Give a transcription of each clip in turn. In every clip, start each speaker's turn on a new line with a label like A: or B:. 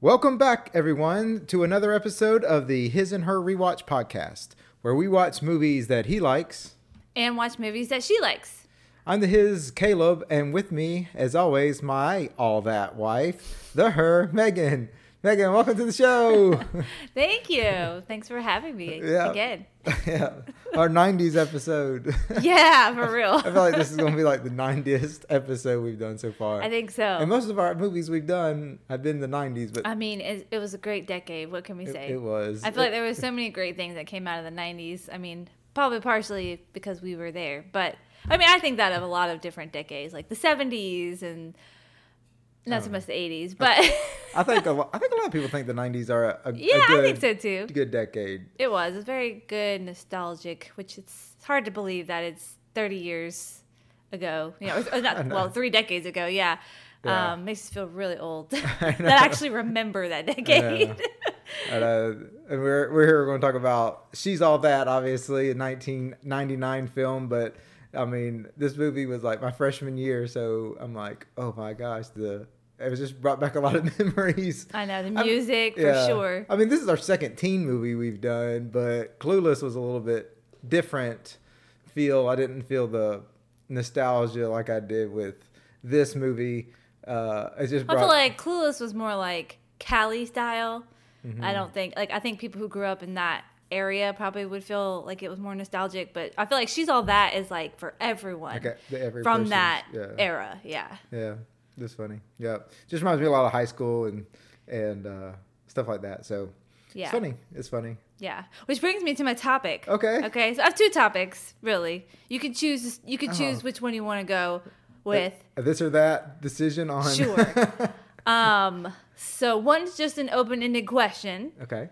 A: Welcome back, everyone, to another episode of the His and Her Rewatch podcast, where we watch movies that he likes.
B: and watch movies that she likes.
A: I'm the His Caleb, and with me, as always, my all that wife, the her Megan. Megan, welcome to the show.
B: Thank you. Thanks for having me
A: Yeah.
B: again.
A: yeah, our 90s episode.
B: Yeah, for real.
A: I feel like this is going to be like the 90th episode we've done so far.
B: I think so.
A: and most of our movies we've done have been the 90s, but
B: I mean, it, it was a great decade. What can we
A: it,
B: say?
A: it was.
B: I feel like
A: It-
B: there were so many great things that came out of the 90s. I mean, probably partially because we were there, but I mean, I think that of a lot of different decades, like the 70s and not so much the 80s, but
A: Uh, I think a lot, I think a lot of people think the 90s are a, a, a
B: yeah, I
A: good,
B: think so too.
A: good decade.
B: It was. It's very good, nostalgic, which it's hard to believe that it's 30 years ago. You know, it's- it's
A: I
B: not,
A: know.
B: well, three decades ago, yeah.
A: Yeah.
B: Um, makes us feel really old
A: I
B: that
A: know.
B: I actually remember that decade.
A: And, uh, and we're, we're here going to talk about She's All That, obviously, a 1999 film. But I mean, this movie was like my freshman year. So I'm like, oh my gosh, the it was just brought back a lot of memories.
B: I know, the
A: I'm-
B: music for
A: Yeah.
B: sure.
A: I mean, this is our second teen movie we've done, but Clueless was a little bit different feel. I didn't feel the nostalgia like I did with this movie. Uh, it just
B: I
A: brought,
B: feel like Clueless was more like Cali style.
A: Mm-hmm.
B: I don't think, like, I think people who grew up in that area probably would feel like it was more nostalgic, but I feel like She's All That is like for everyone
A: like, a- the every
B: from
A: person's-
B: that
A: yeah.
B: era. Yeah.
A: Yeah, that's funny. Yeah, just reminds me a lot of high school and and uh, stuff like that. So
B: Yeah.
A: it's funny. It's funny.
B: Yeah, which brings me to my topic.
A: Okay.
B: Okay, so I have two topics really. You could choose. You could choose
A: Oh.
B: which one you want to go with.
A: A Uh, this or that decision on.
B: Sure. um. So one's just an open-ended question
A: okay.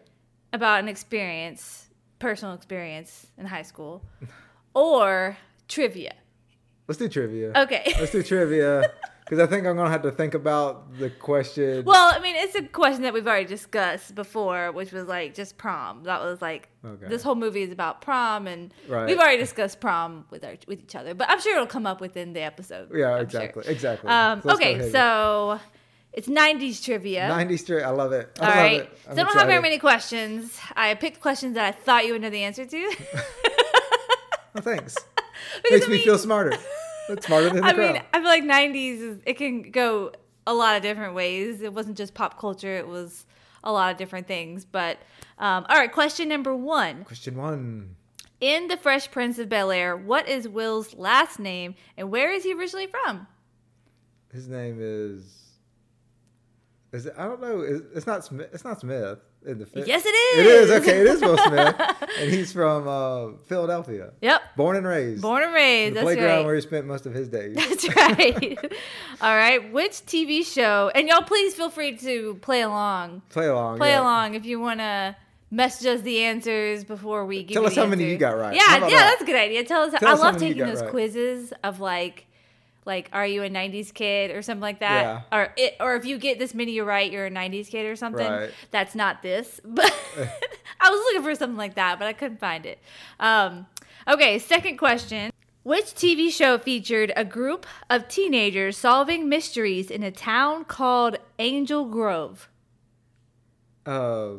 B: about an experience, personal experience in high school, or trivia.
A: Let's do trivia.
B: Okay.
A: Let's do trivia because I think I'm gonna have to think about the question.
B: well, I mean, it's a question that we've already discussed before, which was like just prom. That was like
A: Okay.
B: this whole movie is about prom, and
A: Right.
B: we've already discussed prom with our with each other. But I'm sure it'll come up within the episode.
A: yeah,
B: I'm sure.
A: exactly, exactly.
B: Um,
A: So let's go
B: okay,
A: ahead.
B: so it's 90s trivia.
A: 90 straight. I love it. I
B: All
A: love
B: right.
A: it.
B: So I
A: I'm
B: don't have very
A: excited.
B: many questions. I picked questions that I thought you would know the answer to.
A: Oh, thanks.
B: Because,
A: Makes
B: I
A: me
B: mean-
A: feel smarter. That's smarter than the
B: I
A: crowd.
B: mean, I feel like 90s is, it can go a lot of different ways. It wasn't just pop culture, it was a lot of different things. But um, all right, question number 1.
A: question one.
B: In The Fresh Prince of Bel-Air, what is Will's last name and where is he originally from?
A: His name is. Is it, I don't know. Is, it's not Smith. It's not Smith in the film.
B: Yes, it
A: It is
B: is.
A: okay. It is Will Smith, and he's from uh, Philadelphia,
B: Yep.
A: born and raised.
B: Born and
A: in
B: raised.
A: the
B: That's
A: playground
B: right.
A: where he spent most of his days.
B: That's right. All right. Which TV show? And y'all, please feel free to play along.
A: Play along.
B: Play
A: yeah.
B: along if you want to message us the answers before we give
A: Tell
B: you
A: us
B: the
A: how many
B: answer.
A: you got right. How
B: Yeah,
A: about
B: yeah,
A: that?
B: that's a good idea. Tell us.
A: Tell
B: I
A: us how
B: love
A: many you
B: taking
A: got
B: those
A: right.
B: quizzes of like, like, are you a '90s kid or something like that? Or it, or if you get this many, you're right. You're a '90s kid or something.
A: Right.
B: That's not this, but I was looking for something like that, but I couldn't find it. Um, okay, second question. Which TV show featured a group of teenagers solving mysteries in a town called Angel Grove?
A: Uh,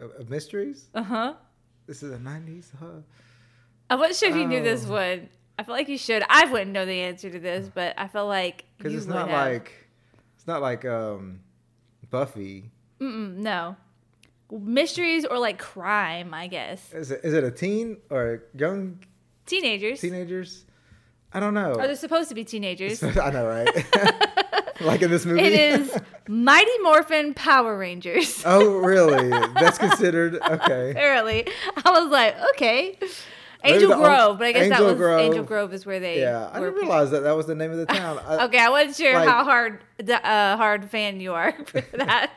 A: uh, mysteries.
B: Uh huh.
A: This is the nineties. Huh?
B: I wasn't sure if you knew this
A: Oh.
B: one. I feel like you should. I wouldn't know the answer to this, but I feel like
A: Because
B: you
A: it's
B: would
A: not
B: have.
A: like it's not like um, Buffy.
B: Mm-mm, no mysteries or like crime. I guess
A: Is it, is it a teen or young
B: teenagers.
A: teenagers? I don't know.
B: Are they supposed to be teenagers?
A: I know, right? like in this movie.
B: it is Mighty Morphin Power Rangers.
A: Oh, really? That's considered okay.
B: Apparently, I was like, okay,
A: Maybe
B: Angel
A: the on-
B: Grove, but I guess that
A: Angel
B: was Angel
A: Grove.
B: Grove is where they.
A: Yeah, I
B: were.
A: didn't realize that that was the name of the town. I,
B: Okay, I wasn't sure
A: Like-
B: how hard the uh, hard fan you are for that.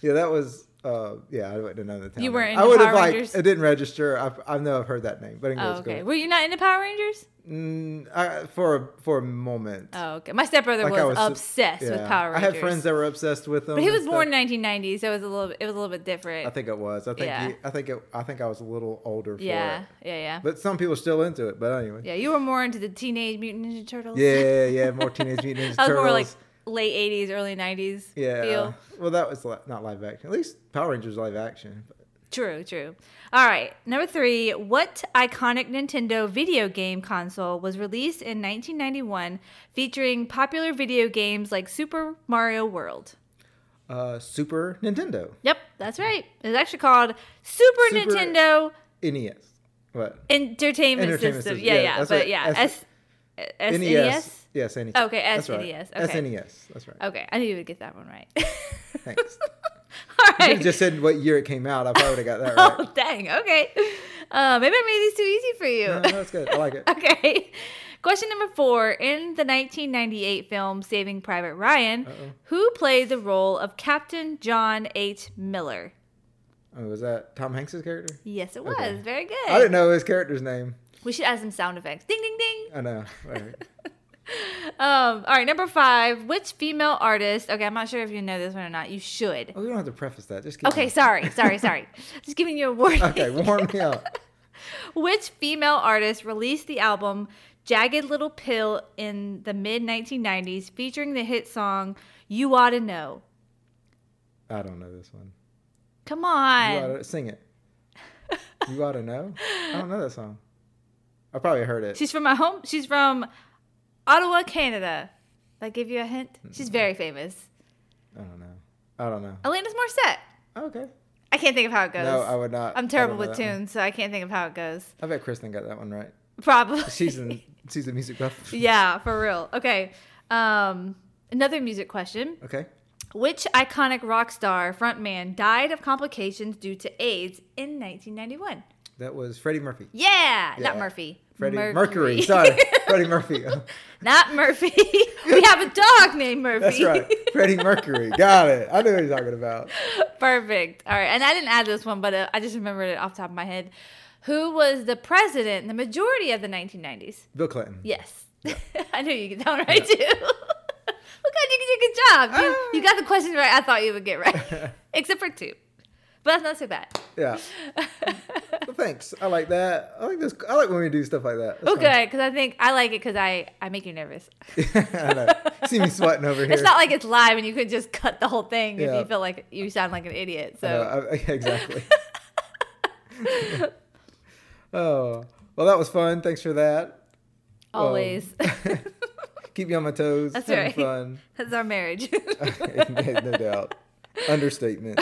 A: Yeah, that was. Uh, yeah, I wouldn't have known the town.
B: You
A: name.
B: weren't into
A: I would have
B: Power
A: like.
B: Rangers?
A: It didn't register. I, I know I've heard that name, but
B: oh,
A: anyways,
B: okay,
A: okay.
B: were you not into Power Rangers?
A: Mm, I, for a, for a moment,
B: Oh, okay. My stepbrother
A: Like, I
B: was,
A: was-
B: obsessed with
A: Yeah.
B: Power Rangers.
A: I had friends that were obsessed with them.
B: but he
A: and
B: was born in
A: stuff.
B: 1990, so it was a little. It was a little bit different.
A: I think it was. I think.
B: Yeah.
A: He, I think. It, I think I was a little older for
B: yeah,
A: it.
B: yeah, yeah,
A: But some people are still into it. But anyway.
B: yeah. You were more into the Teenage Mutant Ninja Turtles.
A: Yeah, yeah, more Teenage Mutant Ninja
B: I was
A: Turtles.
B: more like late 80s, early 90s
A: Yeah.
B: feel.
A: Well, that was li- not live action. At least Power Rangers live action.
B: True, true. All right. Number three, what iconic Nintendo video game console was released in 1991 featuring popular video games like Super Mario World?
A: Uh, Super Nintendo
B: Yep, that's right. It's actually called Super,
A: Super-
B: Nintendo
A: NES. E What?
B: Entertainment,
A: Entertainment
B: System.
A: System.
B: Yeah,
A: Yeah,
B: yeah.
A: that's E
B: but
A: right.
B: yeah, S-
A: S-
B: SNES.
A: Yes, NES.
B: E Okay,
A: That's right.
B: SNES. Okay.
A: SNES. That's right.
B: Okay, I knew you would get that one right.
A: Thanks.
B: All
A: You
B: right.
A: just said what year it came out. I probably would have got that right.
B: oh, dang. Okay. Uh, maybe I made these too easy for you.
A: No, that's good. I like it.
B: okay. Question number four. In the 1998 film Saving Private Ryan,
A: Uh-oh.
B: who played the role of Captain John H. Miller?
A: Oh, was that Tom Hanks' character?
B: Yes, it was.
A: Okay.
B: Very good.
A: I didn't know his character's name.
B: We should add some sound effects. Ding, ding, ding.
A: I know. All right.
B: Um, all right, number five. Which female artist? Okay, I'm not sure if you know this one or not. You should.
A: Oh, we don't have to preface that. Just keep
B: Okay,
A: going.
B: sorry, sorry, sorry. Just giving you a warning.
A: Okay, warm me up.
B: Which female artist released the album Jagged Little Pill in the mid 1990s featuring the hit song You Oughta Know?
A: I don't know this one.
B: Come
A: You
B: on.
A: ought to sing it. You ought to know. I don't know that song. I probably heard it.
B: She's from my home. She's from Ottawa, Canada. That give you a hint? She's very famous.
A: I don't know. I don't know. Oh,
B: Alanis Morissette.
A: Okay.
B: I can't think of how it goes.
A: No, I would not.
B: I'm
A: I
B: terrible
A: don't know
B: with
A: that one.
B: tunes, so I can't think of how it goes.
A: I bet Kristen got that one right.
B: Probably.
A: She's in. She's a music buff.
B: yeah, for real. Okay. Um, another music question.
A: Okay.
B: Which iconic rock star frontman died of complications due to AIDS in 1991?
A: That was Freddie Murphy.
B: Yeah, not
A: Yeah.
B: Murphy.
A: Freddie Mercury. Sorry, Freddie Murphy.
B: not Murphy. we have a dog named
A: That's
B: Murphy.
A: right. Freddie Mercury. Got it. I knew what you're talking about.
B: Perfect. All right. And I didn't add this one, but uh, I just remembered it off the top of my head. Who was the president in the majority of the 1990s?
A: Bill Clinton.
B: Yes. I knew you get that one right too. Look how you did a good job. You,
A: Ah.
B: you got the questions right. I thought you would get right, except for two, but that's not so bad.
A: Yeah. Well, thanks. I like that. I like this. I like when we do stuff like that. That's
B: Oh, good, because I think I like it because I, I make you nervous.
A: fun. I know. See me sweating over here.
B: It's not like it's live and you could just cut the whole thing if
A: Yeah.
B: you feel like you sound like an idiot. So
A: I know, I- I- exactly. oh well, that was fun. Thanks for that. well,
B: always,
A: Um, Keep you on my toes.
B: That's
A: Having
B: right.
A: Fun.
B: that's our marriage. Oh,
A: no doubt. Understatement.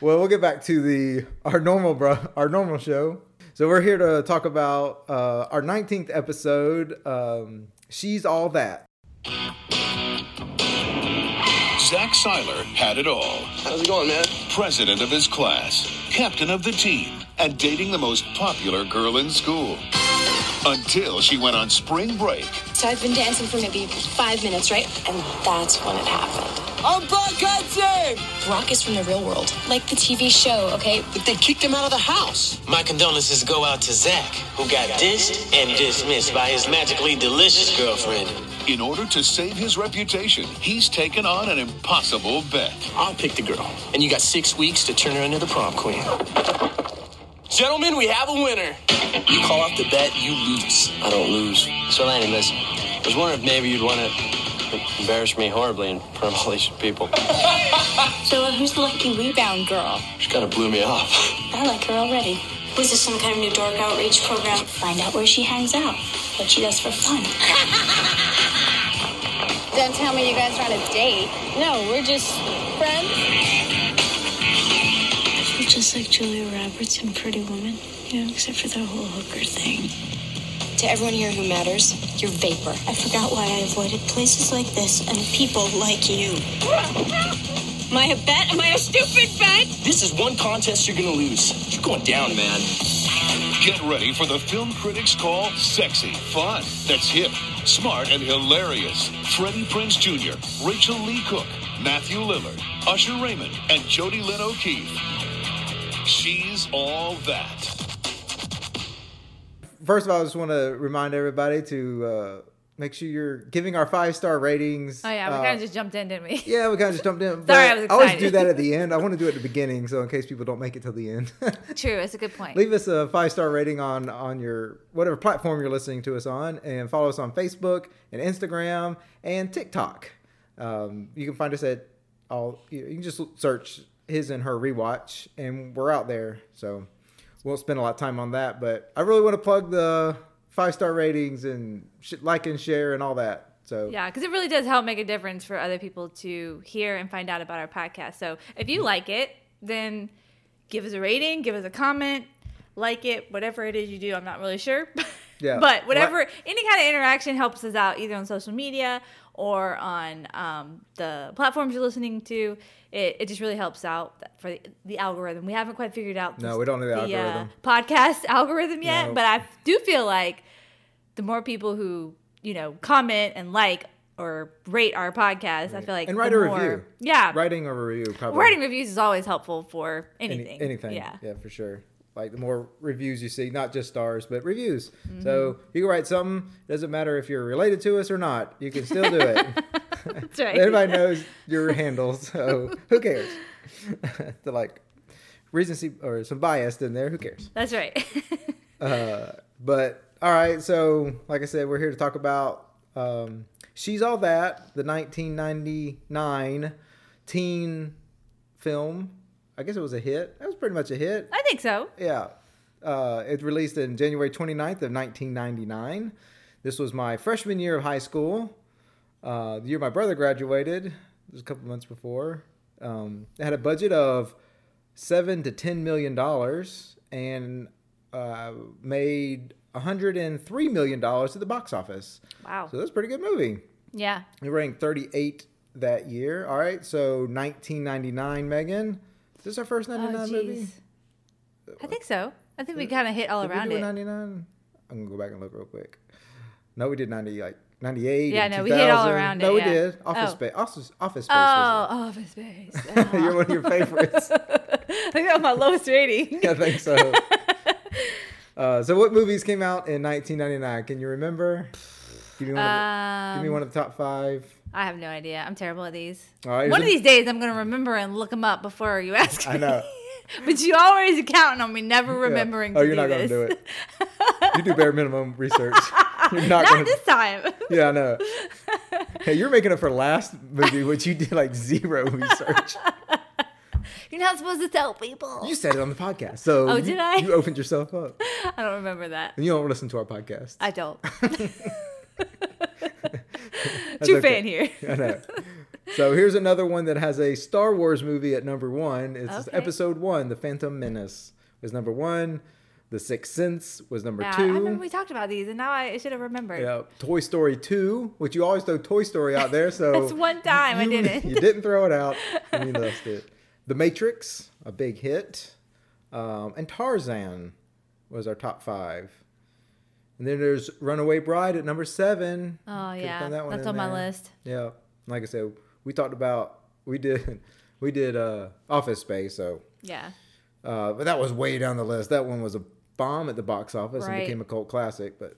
A: well, we'll get back to the our normal bro, our normal show. So we're here to talk about uh, our 19th episode. Um, She's all that.
C: Zach Seiler had it all.
D: How's it going, man?
C: President of his class, captain of the team, and dating the most popular girl in school. Until she went on spring break.
E: So I've been dancing for maybe five minutes, right? And that's when it happened.
D: I'm Bob Hudson!
E: Brock is from the real world, like the TV show, okay?
D: But they kicked him out of the house.
F: My condolences go out to Zach, who got dissed and dismissed by his magically delicious girlfriend.
C: In order to save his reputation, he's taken on an impossible bet.
F: I'll pick the girl.
D: And you got six weeks to turn her into the prom queen. Gentlemen, we have a winner. You call off the bet, you lose. I don't lose.
F: So, Lanny, listen.
D: I was wondering if maybe you'd want to embarrass me horribly in front of all these people.
G: So who's the lucky rebound girl?
D: She kind of blew me off.
G: I like her already. Was this some kind of new dork outreach program? Find out where she hangs out, what she does for fun.
H: Don't tell me you guys are on a date.
E: No, we're just friends.
G: You're just like Julia Roberts in Pretty Woman, you know, except for the whole hooker thing.
E: To everyone here who matters, you're vapor.
G: I forgot why I avoided places like this and people like you.
E: Am I a bet? Am I a stupid bet?
D: This is one contest you're going to lose. You're going down, man.
C: Get ready for the film critics call sexy, fun, that's hip, smart, and hilarious. Freddie Prince Jr., Rachel Lee Cook, Matthew Lillard, Usher Raymond, and Jodie Lynn O'Keefe. She's all that.
A: First of all, I just want to remind everybody to uh, make sure you're giving our five star ratings.
B: Oh yeah, we
A: Uh,
B: kind of just jumped in, didn't we?
A: yeah, we kind of just jumped in. but
B: Sorry, I was
A: always
B: excited.
A: do that at the end. I want to do it at the beginning, so in case people don't make it till the end.
B: True, that's a good point.
A: leave us a five star rating on on your whatever platform you're listening to us on and follow us on facebook and instagram and tiktok um, you can find us at all you you can just search his and her rewatch and we're out there so won't spend a lot of time on that but i really want to plug the five star ratings and sh- like and share and all that so
B: Yeah, because it really does help make a difference for other people to hear and find out about our podcast. So if
A: Mm-hmm.
B: you like it, then give us a rating, give us a comment, like it, whatever it is you do. I'm not really sure.
A: Yeah.
B: but whatever, any kind of interaction helps us out either on social media or on um, the platforms you're listening to. It, it just really helps out for the, the algorithm. We haven't quite figured out uh,
A: No, we don't know the algorithm.
B: podcast algorithm yet,
A: No.
B: but I do feel like the more people who you know comment and like or rate our podcast, I feel like
A: and write
B: the
A: a
B: more-
A: review
B: Yeah,
A: writing a review probably
B: writing reviews is always helpful for
A: Any-
B: anything.
A: anything.
B: Yeah.
A: Yeah. for sure. Like the more reviews you see, not just stars, but reviews.
B: Mm-hmm.
A: So you can write something. Doesn't matter if you're related to us or not. You can still do it.
B: that's right.
A: Everybody knows your handle, so who cares? the like recency or some bias in there. Who cares?
B: That's right.
A: But all right, so like I said, we're here to talk about um, "She's All That," the 1999 teen film. I guess it was a hit. That was pretty much a hit.
B: I think so.
A: Yeah. Uh, it released in January 29th of 1999. This was my freshman year of high school. Uh, the year my brother graduated, it was a couple months before. Um, it had a budget of seven to ten million dollars and uh, made 103 million dollars at the box office.
B: Wow.
A: So that's a pretty good movie.
B: Yeah.
A: It ranked 38 that year. All right, so 1999, Megan. Is this our first
B: Oh
A: 99 movie?
B: jeez. I think so. I think we kind of hit all
A: Did we
B: around
A: do
B: it.
A: 99? I'm gonna go back and look real quick. No, we did 90 like 98.
B: Yeah,
A: and
B: no, we hit all
A: 2000.
B: around it,
A: No, we
B: yeah.
A: did. Office
B: Oh.
A: space. Office, office space.
B: Oh,
A: was
B: Office Space.
A: it? You're one of your favorites.
B: I think that was my lowest rating.
A: I think so. Uh, so, what movies came out in 1999? Can you remember? Give me one. of the,
B: Um.
A: give me one of the top five.
B: I have no idea. I'm terrible at these.
A: All right,
B: One of
A: here's
B: these days, I'm gonna remember and look them up before you ask me.
A: I know.
B: but you always are counting on me never
A: Yeah.
B: remembering.
A: Oh,
B: to
A: you're
B: do
A: not
B: this.
A: gonna do it. You do bare minimum research. You're not,
B: Not
A: gonna.
B: this time.
A: Yeah, I know. Hey, you're making up for last movie, which you did like zero research.
B: You're not supposed to tell people.
A: You said it on the podcast. So
B: Oh,
A: you,
B: did I?
A: you opened yourself up.
B: I don't remember that.
A: And you don't listen to our podcast.
B: I don't.
A: That's
B: True
A: okay.
B: fan here.
A: I know. So here's another one that has a Star Wars movie at number one. It's
B: Okay.
A: episode one, The Phantom Menace was number one. The Sixth Sense was number
B: Yeah, I
A: two.
B: remember we talked about these, and now I should have remembered.
A: yeah, Toy Story 2, which you always throw Toy Story out there. So
B: That's one time I didn't.
A: You didn't throw it out. and You left it. The Matrix, a big hit, um, and Tarzan was our top five. And then there's Runaway Bride at number seven.
B: Oh
A: Could've
B: yeah,
A: thrown that one
B: that's
A: in
B: on my
A: there.
B: list.
A: Yeah, like I said, we talked about we did we did uh, Office Space, so
B: Yeah. Oh,
A: uh, but that was way down the list. That one was a bomb at the box office
B: Right.
A: and became a cult classic. But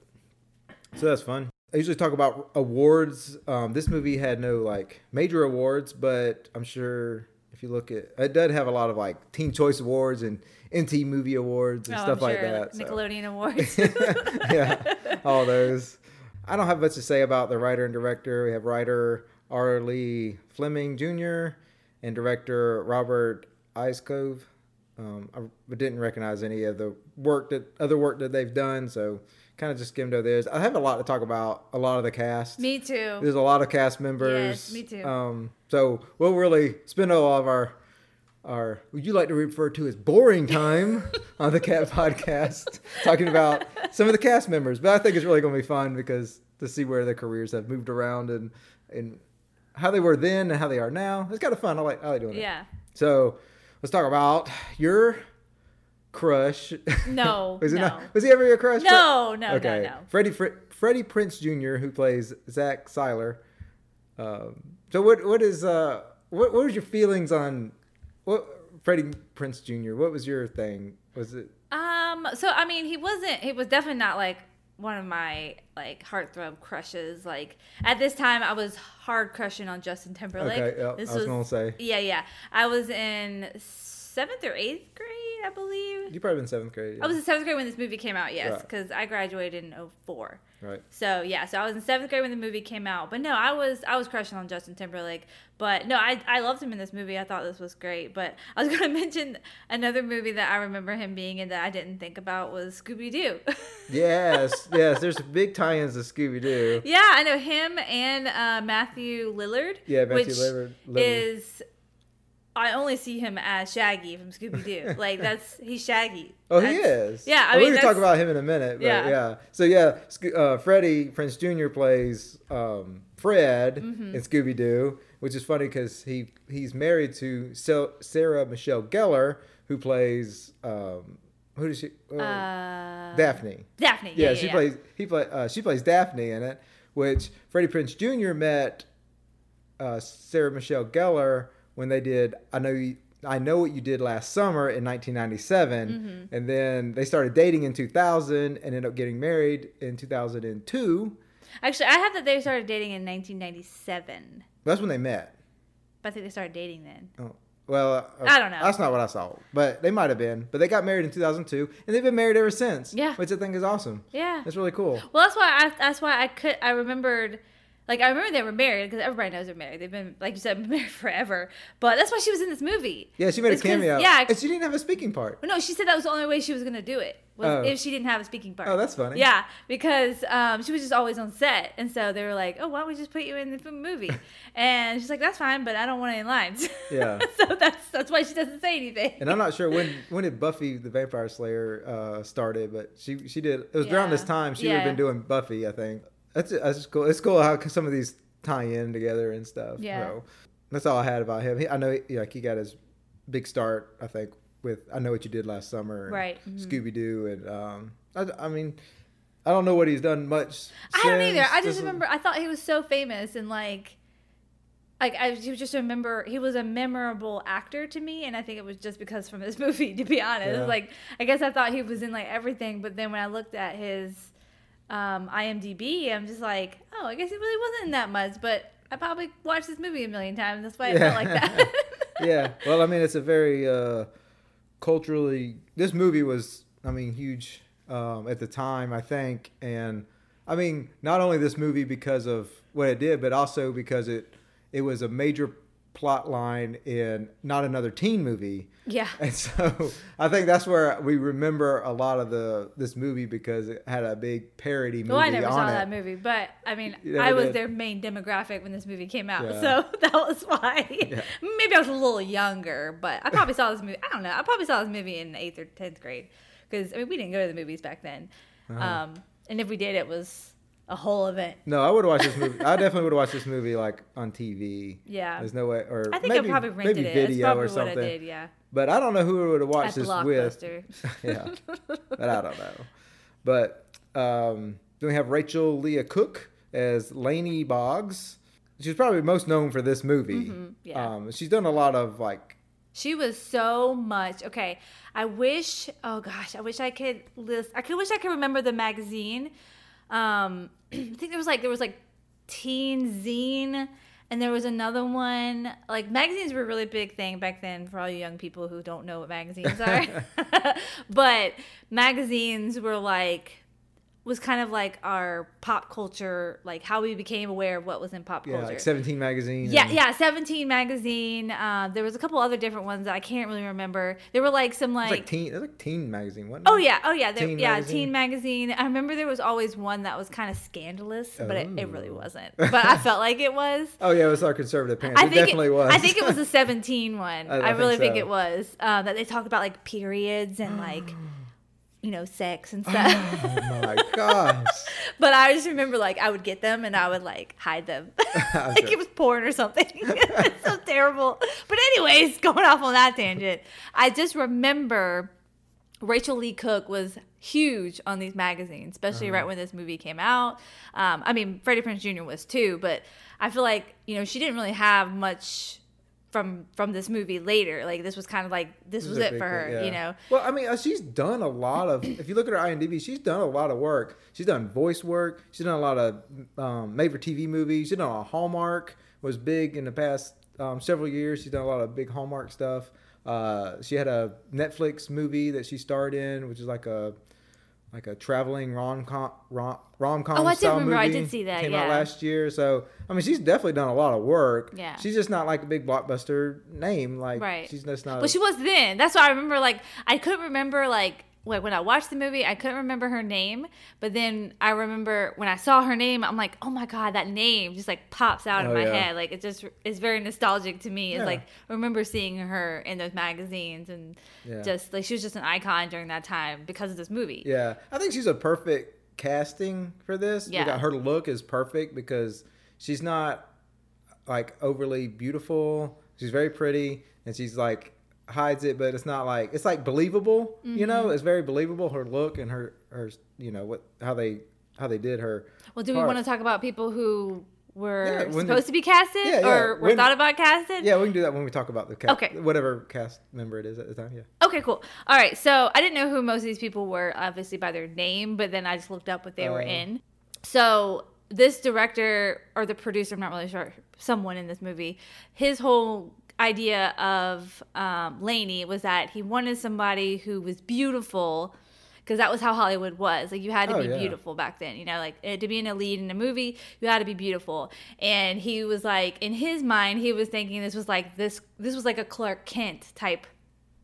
A: so that's fun. I usually talk about awards. Um, this movie had no like major awards, but I'm sure if you look at it, does have a lot of like Teen Choice Awards and NT Movie Awards and
B: Oh,
A: stuff
B: I'm
A: like
B: sure.
A: that. so-
B: Nickelodeon Awards.
A: yeah, all those. I don't have much to say about the writer and director. We have writer R. Lee Fleming Jr. and director Robert Iscove. Um, I didn't recognize any of the work that other work that they've done, so kind of just skimmed over theirs. I have a lot to talk about. A lot of the cast.
B: Me too.
A: There's a lot of cast members.
B: Yes, me too.
A: Um, so we'll really spend all of our our what you like to refer to as boring time on the Cat Podcast, talking about some of the cast members. But I think it's really going to be fun because to see where their careers have moved around and and how they were then and how they are now. It's kind of fun. I like I like doing that.
B: Yeah.
A: So let's talk about your crush.
B: No,
A: was it
B: no.
A: not- was he ever your crush? Fre-
B: No, no, no, no.
A: Freddie Fr- Freddie Prince Jr., who plays Zach Seiler. Um, so what what is uh what what was your feelings on what Freddie Prince Jr. What was your thing? Was it
B: Um. So I mean, he wasn't. He was definitely not like one of my like heartthrob crushes. Like at this time, I was hard crushing on Justin Timberlake.
A: Okay, yep, I
B: this
A: was gonna say.
B: Yeah, yeah. I was in seventh or eighth grade, I believe.
A: You probably been seventh grade. Yeah.
B: I was in seventh grade when this movie came out, yes,
A: Right.
B: because I graduated in 04.
A: Right.
B: So yeah, so I was in seventh grade when the movie came out, but no, I was I was crushing on Justin Timberlake, but no, I I loved him in this movie. I thought this was great, but I was gonna mention another movie that I remember him being in that I didn't think about was Scooby Doo.
A: yes, yes. There's big tie-ins to Scooby Doo.
B: yeah, I know him and uh, Matthew Lillard.
A: Yeah, Matthew
B: which
A: Lillard- Lillard.
B: is. I only see him as Shaggy from Scooby Doo. Like that's he's Shaggy.
A: Oh, he
B: That's-
A: is.
B: Yeah, I
A: And
B: mean
A: we can talk
B: that's-
A: about him in a minute. But yeah.
B: Yeah.
A: So yeah, Sco- uh, Freddie Prince Jr. plays um, Fred
B: Mm-hmm.
A: in Scooby Doo, which is funny because he he's married to Sel- Sarah Michelle Gellar, who plays um, who does she? Uh, Daphne.
B: Daphne. Yeah,
A: Yeah,
B: yeah
A: she
B: yeah.
A: plays. He play. Uh, she plays Daphne in it, which Freddie Prince Jr. met uh, Sarah Michelle Gellar when they did I know you, I know what you did last summer in 1997,
B: Mm-hmm.
A: and then they started dating in 2000 and ended up getting married in 2002.
B: Actually, I have that they started dating in 1997.
A: That's when they met.
B: But I think they started dating then.
A: Oh, Well, uh,
B: I don't know.
A: That's not what I saw, but they might have been. But they got married in 2002, and they've been married ever since.
B: Yeah.
A: which I think is awesome.
B: Yeah.
A: that's really cool.
B: Well, that's why I that's why I could I remembered like I remember they were married because everybody knows they're married. They've been like you said been married forever. But that's why she was in this movie.
A: Yeah, she made
B: It's
A: a
B: 'cause-
A: cameo.
B: Yeah.
A: and she didn't have a speaking part.
B: well, no, she said that was the only way she was gonna do it was
A: Oh.
B: if she didn't have a speaking part.
A: Oh, that's funny.
B: Yeah, because um, she was just always on set, and so they were like, "Oh, why don't we just put you in the f- movie?" and she's like, "That's fine, but I don't want any lines."
A: Yeah.
B: so that's that's why she doesn't say anything.
A: And I'm not sure when when did Buffy the Vampire Slayer uh, started, but she she did. It was around this
B: Yeah.
A: time she would have been
B: Yeah.
A: doing Buffy, I think. That's that's just cool. It's cool how some of these tie in together and stuff.
B: Yeah.
A: So, that's all I had about him. He, I know, he, like he got his big start, I think, with I know what you did last summer, and
B: Right. mm-hmm.
A: Scooby Doo, and um, I, I mean, I don't know what he's done much.
B: I don't either.
A: since.
B: I
A: This
B: just
A: is-
B: remember I thought he was so famous and like like I you just remember he was a memorable actor to me and I think it was just because from this movie to be honest.
A: Yeah.
B: Like I guess I thought he was in like everything but then when I looked at his um IMDb I'm just like, oh, I guess he really wasn't in that much, but I probably watched this movie a million times. That's why I felt like that.
A: yeah. Well, I mean, it's a very uh, culturally. This movie was, I mean, huge um, at the time, I think, and I mean, not only this movie because of what it did, but also because it it was a major plot line in not another teen movie.
B: Yeah.
A: And so I think that's where we remember a lot of the this movie because it had a big parody movie
B: Well, Oh, I never
A: on
B: saw
A: it.
B: that movie, but I mean,
A: You never
B: I was
A: did.
B: their main demographic when this movie came out,
A: Yeah.
B: so that was why. Maybe I was a little younger, but I probably saw this movie. I don't know. I probably saw this movie in eighth or tenth grade because I mean, we didn't go to the movies back then,
A: Uh-huh.
B: um, and if we did, it was a whole event.
A: No, I would watch this movie. I definitely would watch this movie like on TV.
B: Yeah.
A: There's no way, or
B: I think
A: maybe,
B: I probably rented
A: maybe
B: it. That's
A: video
B: probably
A: or
B: what I
A: something.
B: did. Yeah,
A: But I don't know who I would have watched
B: at
A: this with.
B: Blockbuster.
A: yeah, but I don't know. But um, then we have Rachel Leah Cook as Lainey Boggs. She's probably most known for this movie.
B: Mm-hmm, yeah.
A: Um, she's done a lot of like
B: She was so much. Okay, I wish. Oh gosh, I wish I could list. I could wish I could remember the magazine. Um, I think there was like there was like Teen Zine, and there was another one. Like magazines were a really big thing back then for all you young people who don't know what magazines are. but magazines were like was kind of like our pop culture, like how we became aware of what was in pop
A: yeah,
B: culture.
A: like Seventeen magazine.
B: Yeah,
A: and-
B: yeah, Seventeen magazine. Uh, there was a couple other different ones that I can't really remember. There were like some
A: It's
B: like,
A: like teen. It's like teen magazine. Wasn't
B: oh
A: it?
B: yeah, oh yeah, there,
A: Teen
B: yeah,
A: magazine?
B: Teen magazine. I remember there was always one that was kind of scandalous, but it, it really wasn't. But I felt like it was.
A: Oh yeah, Oh. it was our conservative parents.
B: I
A: it
B: think
A: definitely
B: it,
A: was.
B: I think it was a seventeen one.
A: I-
B: I,
A: I think
B: really think,
A: so.
B: it was uh, that they talked about like periods and like you know sex and stuff.
A: oh my gosh.
B: but I just remember like I would get them and I would like hide them. like
A: sure.
B: it was porn or something. it's so terrible. But anyways, going off on that tangent, I just remember Rachel Lee Cook was huge on these magazines, especially
A: Uh-huh.
B: right when this movie came out. Um, I mean, Freddie Prinze Jr. was too, but I feel like you know she didn't really have much from from this movie later. Like this was kind of like this was
A: a
B: it
A: big
B: for her,
A: thing,
B: you
A: yeah.
B: know.
A: Well, I mean, uh, she's done a lot of. If you look at her IMDb, she's done a lot of work. She's done voice work. She's done a lot of um, made for TV movies. She's done a Hallmark was big in the past um, several years. She's done a lot of big Hallmark stuff. Uh, she had a Netflix movie that she starred in, which is like a like a traveling rom com rom com
B: Oh, I did
A: style
B: remember.
A: movie.
B: I did see that,
A: Came out
B: yeah.
A: last year, so I mean, she's definitely done a lot of work.
B: Yeah.
A: she's just not like a big blockbuster name. Like,
B: Right.
A: she's just not.
B: Well,
A: a-
B: she was then. That's why I remember. Like I couldn't remember like. Like when I watched the movie, I couldn't remember her name, but then I remember when I saw her name, I'm like, oh my god, that name just like pops out
A: Oh,
B: in my
A: yeah.
B: head. Like it just is very nostalgic to me. It's
A: Yeah.
B: like I remember seeing her in those magazines and
A: Yeah.
B: just like she was just an icon during that time because of this movie.
A: Yeah, I think she's a perfect casting for this.
B: Yeah.
A: Yeah, her look is perfect because she's not like overly beautiful. She's very pretty, and she's like hides it, but it's not like it's like believable. You
B: Mm-hmm.
A: know, it's very believable her look and her her you know what how they how they did her.
B: Well, do we
A: part.
B: want to talk about people who
A: Yeah,
B: were
A: when
B: supposed
A: they-
B: to be casted
A: Yeah, yeah,
B: or were
A: when-
B: thought about casted?
A: Yeah, we can do that when we talk about the cast.
B: Okay.
A: Whatever cast member it is at the time. Yeah.
B: Okay, cool. All right, so I didn't know who most of these people were, obviously by their name, but then I just looked up what they were
A: Oh.
B: in. So this director or the producer, I'm not really sure, someone in this movie, his whole idea of um, Lainey was that he wanted somebody who was beautiful. Because that was how Hollywood was. Like you had to
A: Oh,
B: be
A: yeah.
B: beautiful back then, you know. Like eh, to be in a lead in a movie, you had to be beautiful. And he was like, in his mind, he was thinking this was like this. This was like a Clark Kent type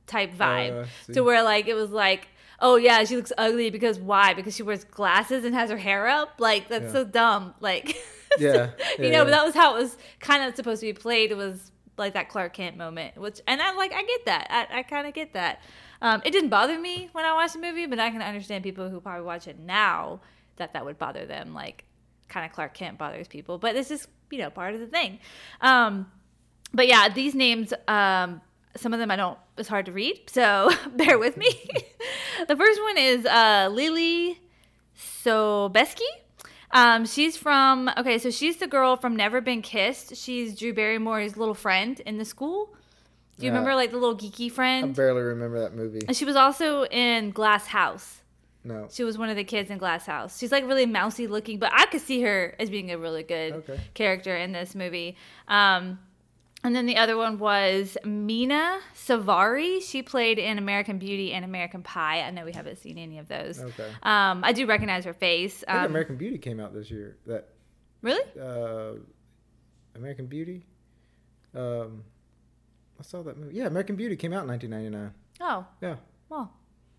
B: type vibe
A: Oh, I see.
B: to where like it was like oh yeah she looks ugly because why because she wears glasses and has her hair up like that's
A: Yeah.
B: so dumb like
A: Yeah,
B: you
A: yeah,
B: know but
A: yeah.
B: that was how it was kind of supposed to be played it was like that clark kent moment which and i like i get that i, I kind of get that um, it didn't bother me when i watched the movie but i can understand people who probably watch it now that that would bother them like kind of clark kent bothers people but this is you know part of the thing um, but yeah, these names, um, some of them I don't, it's hard to read, so bear with me. the first one is uh, Lily Sobeski. Um, she's from, okay, so she's the girl from Never Been Kissed. She's Drew Barrymore's little friend in the school. Do you
A: Yeah.
B: remember, like, the little geeky
A: I
B: friend?
A: barely remember that movie.
B: and she was also in Glass House.
A: No.
B: She was one of the kids in Glass House. She's like really mousy looking, but I could see her as being a really good
A: Okay.
B: character in this movie. Um, and then the other one was Mina Savari. She played in American Beauty and American Pie. I know we haven't seen any of those.
A: Okay.
B: Um, I do recognize her face.
A: I think
B: Um,
A: American Beauty came out this year. That
B: really?
A: uh, American Beauty. Um, I saw that movie. Yeah, American Beauty came out in 1999.
B: Oh,
A: Yeah,
B: well,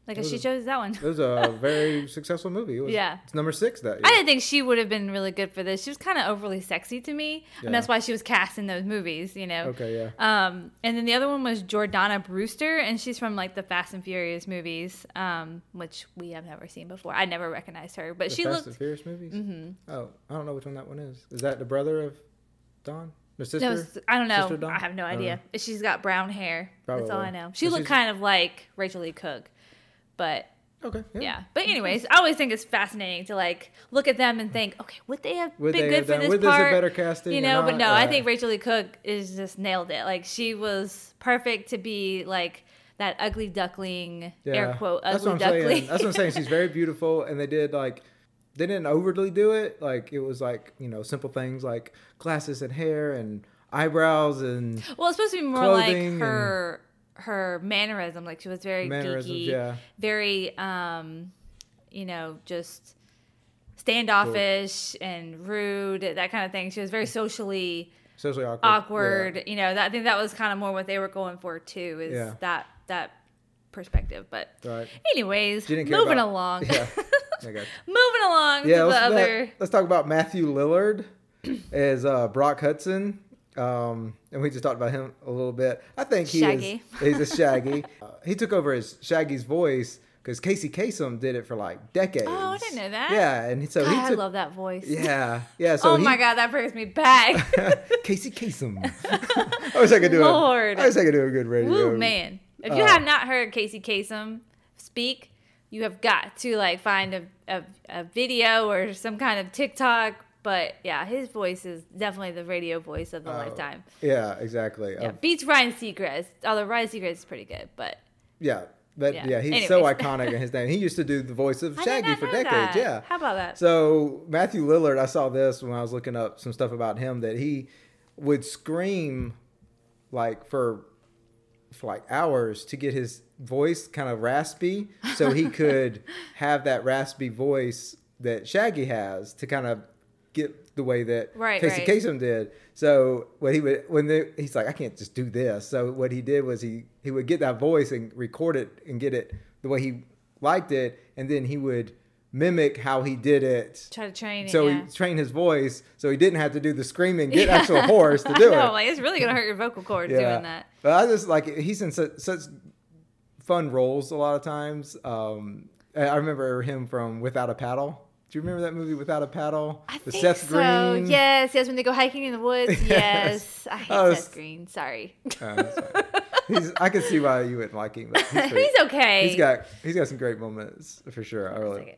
B: I guess she chose that one.
A: it was a very successful movie. It was,
B: Yeah.
A: it's number six that year.
B: I didn't think she would have been really good for this. She was kind of overly sexy to me, and that's
A: Yeah.
B: why she was cast in those movies, you know?
A: Okay, yeah.
B: Um, and then the other one was Jordana Brewster, and she's from like the Fast and Furious movies, um, which we have never seen before. I never recognized her, but
A: the
B: she
A: Fast
B: looked.
A: and Furious movies. Mm-hmm. Oh, I don't know which one that one is. Is that the brother of Don? The sister?
B: No, s- I don't
A: Sister
B: know.
A: Dawn?
B: I have no
A: I don't
B: idea. She's got brown hair. That's all I
A: Probably.
B: know. She
A: But
B: looked
A: she's-
B: kind of like Rachel Lee Cook, but
A: Okay.
B: yeah. But anyways, I always think it's fascinating to like look at them and think, okay, would they have
A: Would
B: been
A: they
B: good
A: have
B: for
A: done-
B: this
A: would this
B: part?
A: have better casting
B: you
A: or
B: know. But
A: not?
B: no, I
A: Right.
B: think Rachel Lee Cook is just nailed it. Like she was perfect to be like that ugly duckling, air quote ugly
A: That's what I'm
B: duckling.
A: saying. That's what I'm saying. She's very beautiful, and they did like they didn't overly do it. Like it was like you know simple things like glasses and hair and eyebrows and
B: well, it's supposed to be more
A: clothing
B: like
A: and-
B: her her mannerism. Like she was very
A: Mannerisms,
B: geeky,
A: yeah.
B: very um, you know, just standoffish and rude, that kind of thing. She was very socially.
A: socially awkward. Yeah.
B: awkward. You know, that, I think that was kind of more what they were going for too. Is
A: Yeah.
B: that that perspective? But
A: Right.
B: anyways,
A: You didn't care
B: moving
A: about-
B: along,
A: Yeah. I got you.
B: moving along
A: yeah,
B: to
A: let's,
B: the
A: let-
B: other.
A: let's talk about Matthew Lillard as uh, Brock Hudson. Um, and we just talked about him a little bit. I think he
B: Shaggy.
A: is he's a Shaggy. Uh, he took over as Shaggy's voice because Casey Kasem did it for like decades.
B: Oh, I didn't know that.
A: Yeah, and so
B: God,
A: he
B: I
A: took,
B: love that voice.
A: Yeah, yeah. So
B: oh
A: he-
B: my god, that brings me back.
A: Casey Kasem. I wish I could do
B: Lord.
A: it. I wish I could do a good radio.
B: Woo, man! If
A: Uh.
B: you have not heard Casey Kasem speak, you have got to like find a, a, a video or some kind of TikTok But yeah, his voice is definitely the radio voice of the lifetime.
A: Oh. Yeah, exactly.
B: Yeah,
A: Um,
B: beats Ryan Seacrest. Although Ryan Seacrest is pretty good, but
A: Yeah. But
B: Yeah.
A: yeah, he's so
B: Anyways.
A: iconic in his name. He used to do the voice of
B: I did
A: Shaggy
B: not
A: for
B: know
A: decades.
B: that.
A: Yeah.
B: How about that?
A: So Matthew Lillard, I saw this when I was looking up some stuff about him that he would scream like for for like hours to get his voice kind of raspy so he could have that raspy voice that Shaggy has to kind of get the way that
B: Right,
A: Casey
B: right.
A: Kasem did. So when he would when they, he's like I can't just do this. So what he did was he he would get that voice and record it and get it the way he liked it and then he would mimic how he did it.
B: try to train. it,
A: so
B: yeah.
A: he trained his voice so he didn't have to do the screaming get actual horse to do
B: I know,
A: it
B: like it's really gonna hurt your vocal cords doing that.
A: but I just like he's in such, such fun roles a lot of times. Um, I I remember him from Without a Paddle. Do you remember that movie Without a Paddle?
B: I
A: The
B: think so. Yes, yes. When they go hiking in the woods. Yes. I hate
A: I was-
B: Seth Green. Sorry.
A: He's, I can see why you wouldn't like him. But Oh, he's, pretty-
B: He's okay.
A: He's got he's got some great moments for sure. I really.
B: second.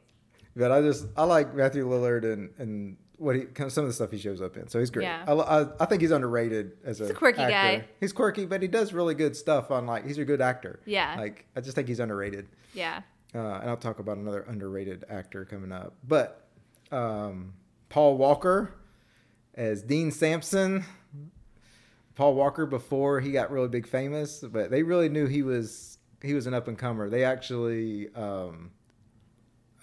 A: But I just I like Matthew Lillard and and what he some of the stuff he shows up in. So he's great.
B: Yeah.
A: I, I, I think he's underrated as a,
B: a quirky
A: actor.
B: guy.
A: He's quirky, but he does really good stuff on like he's a good actor.
B: Yeah.
A: Like I just think he's underrated.
B: Yeah.
A: Uh, and I'll talk about another underrated actor coming up. But um, Paul Walker as Dean Sampson. Paul Walker before he got really big famous, but they really knew he was he was an up and comer. They actually um,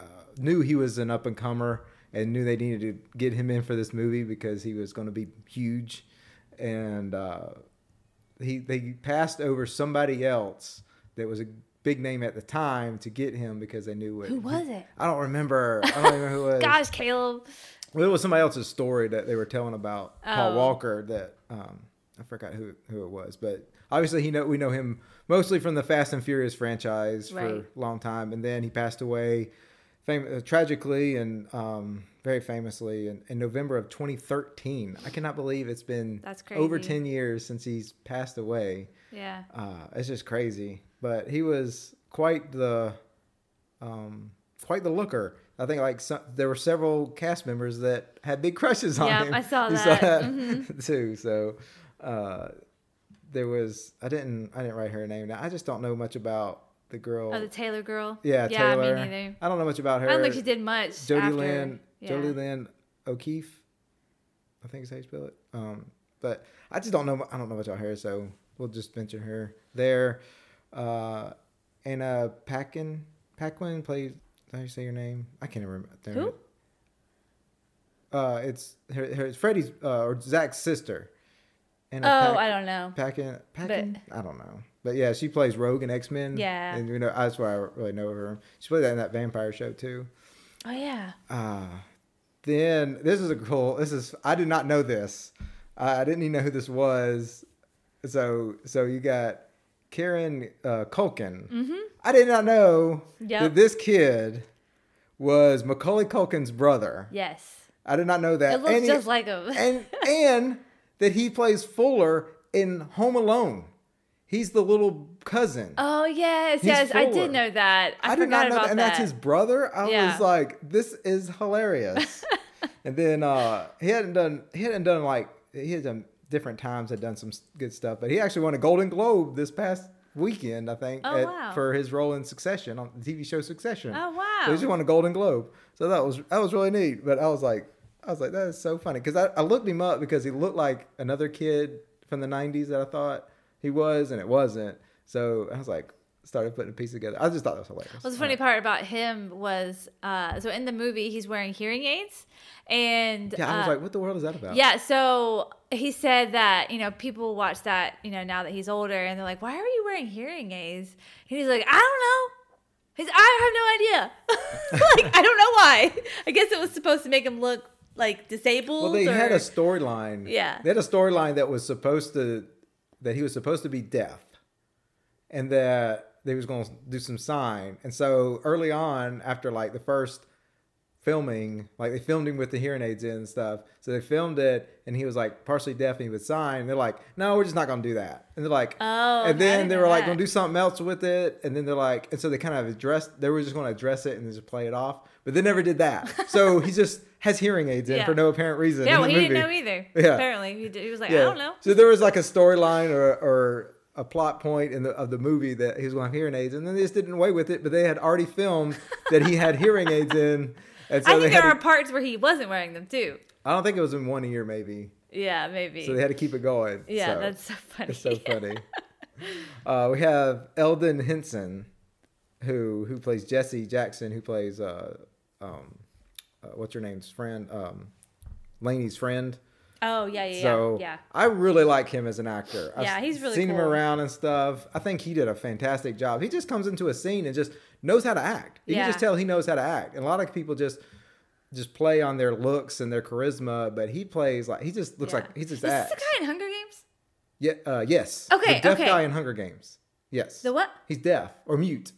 A: uh, knew he was an up and comer and knew they needed to get him in for this movie because he was going to be huge. And uh, he they passed over somebody else that was a big name at the time to get him because they knew what who
B: was it?
A: I don't remember. I don't remember who it was.
B: Gosh, Caleb.
A: Well, it was somebody else's story that they were telling about
B: Oh.
A: Paul Walker that um, I forgot who, who it was, but obviously he know we know him mostly from the Fast and Furious franchise
B: Right.
A: for a long time, and then he passed away fam- uh, tragically and um, very famously in, in November of 2013. I cannot believe it's been
B: That's
A: over
B: crazy.
A: 10 years since he's passed away.
B: Yeah.
A: Uh, it's just crazy. But he was quite the, um, quite the looker. I think like some, there were several cast members that had big crushes on
B: Yeah,
A: him.
B: I saw
A: You
B: that. Mm-hmm.
A: too. So uh, there was. I didn't. I didn't write her name. Now I just don't know much about the girl.
B: Oh, the Taylor girl.
A: yeah,
B: Yeah,
A: Taylor.
B: me neither.
A: I don't know much about her.
B: I don't think she did much.
A: Jody
B: after.
A: Lynn,
B: Yeah.
A: Jody Lynn O'Keefe, I think is how you spell it. Um, but I just don't know. I don't know much about her, so we'll just mention her there. Uh, Anna Paquin, Paquin plays. How do you say your name? I can't remember.
B: Who?
A: Uh, it's her. her it's Freddie's uh, or Zach's sister. Anna
B: Oh,
A: Paquin-
B: I don't know.
A: Packin, Packin, I don't know, but yeah, she plays Rogue in X Men.
B: Yeah.
A: and you know that's why I really know her. She played that in that vampire show too.
B: Oh yeah.
A: Then this is a cool. This is I did not know this. I I didn't even know who this was. So so you got Karen uh, Culkin. Mm-hmm. I did not know
B: Yep.
A: that this kid was Macaulay Culkin's brother.
B: Yes.
A: I did not know that.
B: It looks
A: And he-
B: just like him.
A: and and that he plays Fuller in Home Alone. He's the little cousin.
B: Oh yes,
A: He's
B: yes. I
A: Fuller.
B: did know that. I,
A: I did
B: forgot
A: not know
B: about
A: that. And that's his brother. I
B: Yeah.
A: was like, this is hilarious. and then uh, he hadn't done he hadn't done like he had done different times had done some s- good stuff, but he actually won a Golden Globe this past weekend, I think,
B: Oh, wow.
A: for his role in Succession on the TV show Succession.
B: Oh,
A: So
B: wow.
A: he just won a Golden Globe. So that was that was really neat. But I was like, I was like, that is so funny because I, I looked him up because he looked like another kid from the '90s that I thought he was, and it wasn't. So I was like, started putting a piece together. I just thought that was hilarious.
B: Well, the funny part about him was, uh, so in the movie he's wearing hearing aids, and
A: Yeah, I was
B: uh,
A: like, what the world is that about?
B: Yeah, so he said that, you know, people watch that, you know, now that he's older and they're like, why are you wearing hearing aids? And he's like, I don't know. He's, I have no idea. like, I don't know why. I guess it was supposed to make him look like disabled.
A: Well, they
B: or,
A: had a storyline.
B: Yeah.
A: They had a storyline that was supposed to, that he was supposed to be deaf and that they was going to do some sign. And so early on, after like the first filming, like they filmed him with the hearing aids in and stuff. So they filmed it, and he was like partially deaf, and he would sign. they're like, "No, we're just not gonna do that." And they're like,
B: Oh, okay, I
A: And then
B: didn't
A: they
B: know
A: were like,
B: that.
A: "Gonna do something else with it." And then they're like, and so they kind of addressed. They were just gonna address it and just play it off, but they never did that. so he just has hearing aids in
B: Yeah.
A: for no apparent reason.
B: Yeah,
A: in
B: well,
A: the
B: he didn't
A: movie.
B: know either.
A: Yeah.
B: Apparently, he, did, he was like, I don't know.
A: So there was like a storyline or or a plot point in the of the movie that he was going to have hearing aids, and then they just didn't away with it. But they had already filmed that he had hearing aids in, and so
B: I
A: they
B: think
A: had.
B: there
A: to-
B: are parts where he wasn't wearing them too.
A: I don't think it was in one year, maybe.
B: Yeah, maybe.
A: So they had to keep it going.
B: yeah,
A: so
B: that's so funny.
A: it's so funny. uh, we have Eldon Henson, who who plays Jesse Jackson, who plays uh, um, uh, what's her name's friend, um, Laney's friend.
B: oh yeah, yeah, yeah,
A: So
B: yeah.
A: I really like him as an actor. I've
B: Yeah, he's really
A: seen him
B: cool.
A: around and stuff. I think he did a fantastic job. He just comes into a scene and just knows how to act. You
B: Yeah.
A: can just tell he knows how to act. And a lot of people just just play on their looks and their charisma, but he plays like he just looks
B: yeah.
A: like he just
B: Is this
A: acts.
B: the guy in Hunger Games?
A: Yeah, uh, yes.
B: Okay,
A: The deaf
B: okay.
A: guy in Hunger Games. Yes.
B: The what?
A: He's deaf or mute.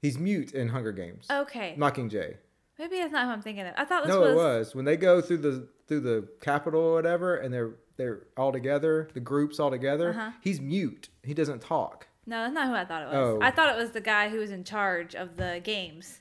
A: He's mute in Hunger Games.
B: Oh, Okay,
A: Mockingjay.
B: maybe that's not who I'm thinking of. I thought this
A: No,
B: was.
A: it was when they go through the through the Capitol or whatever, and they're they're all together, the groups all together.
B: Uh-huh.
A: He's mute. He doesn't talk.
B: No, that's not who I thought it was.
A: Oh.
B: I thought it was the guy who was in charge of the games.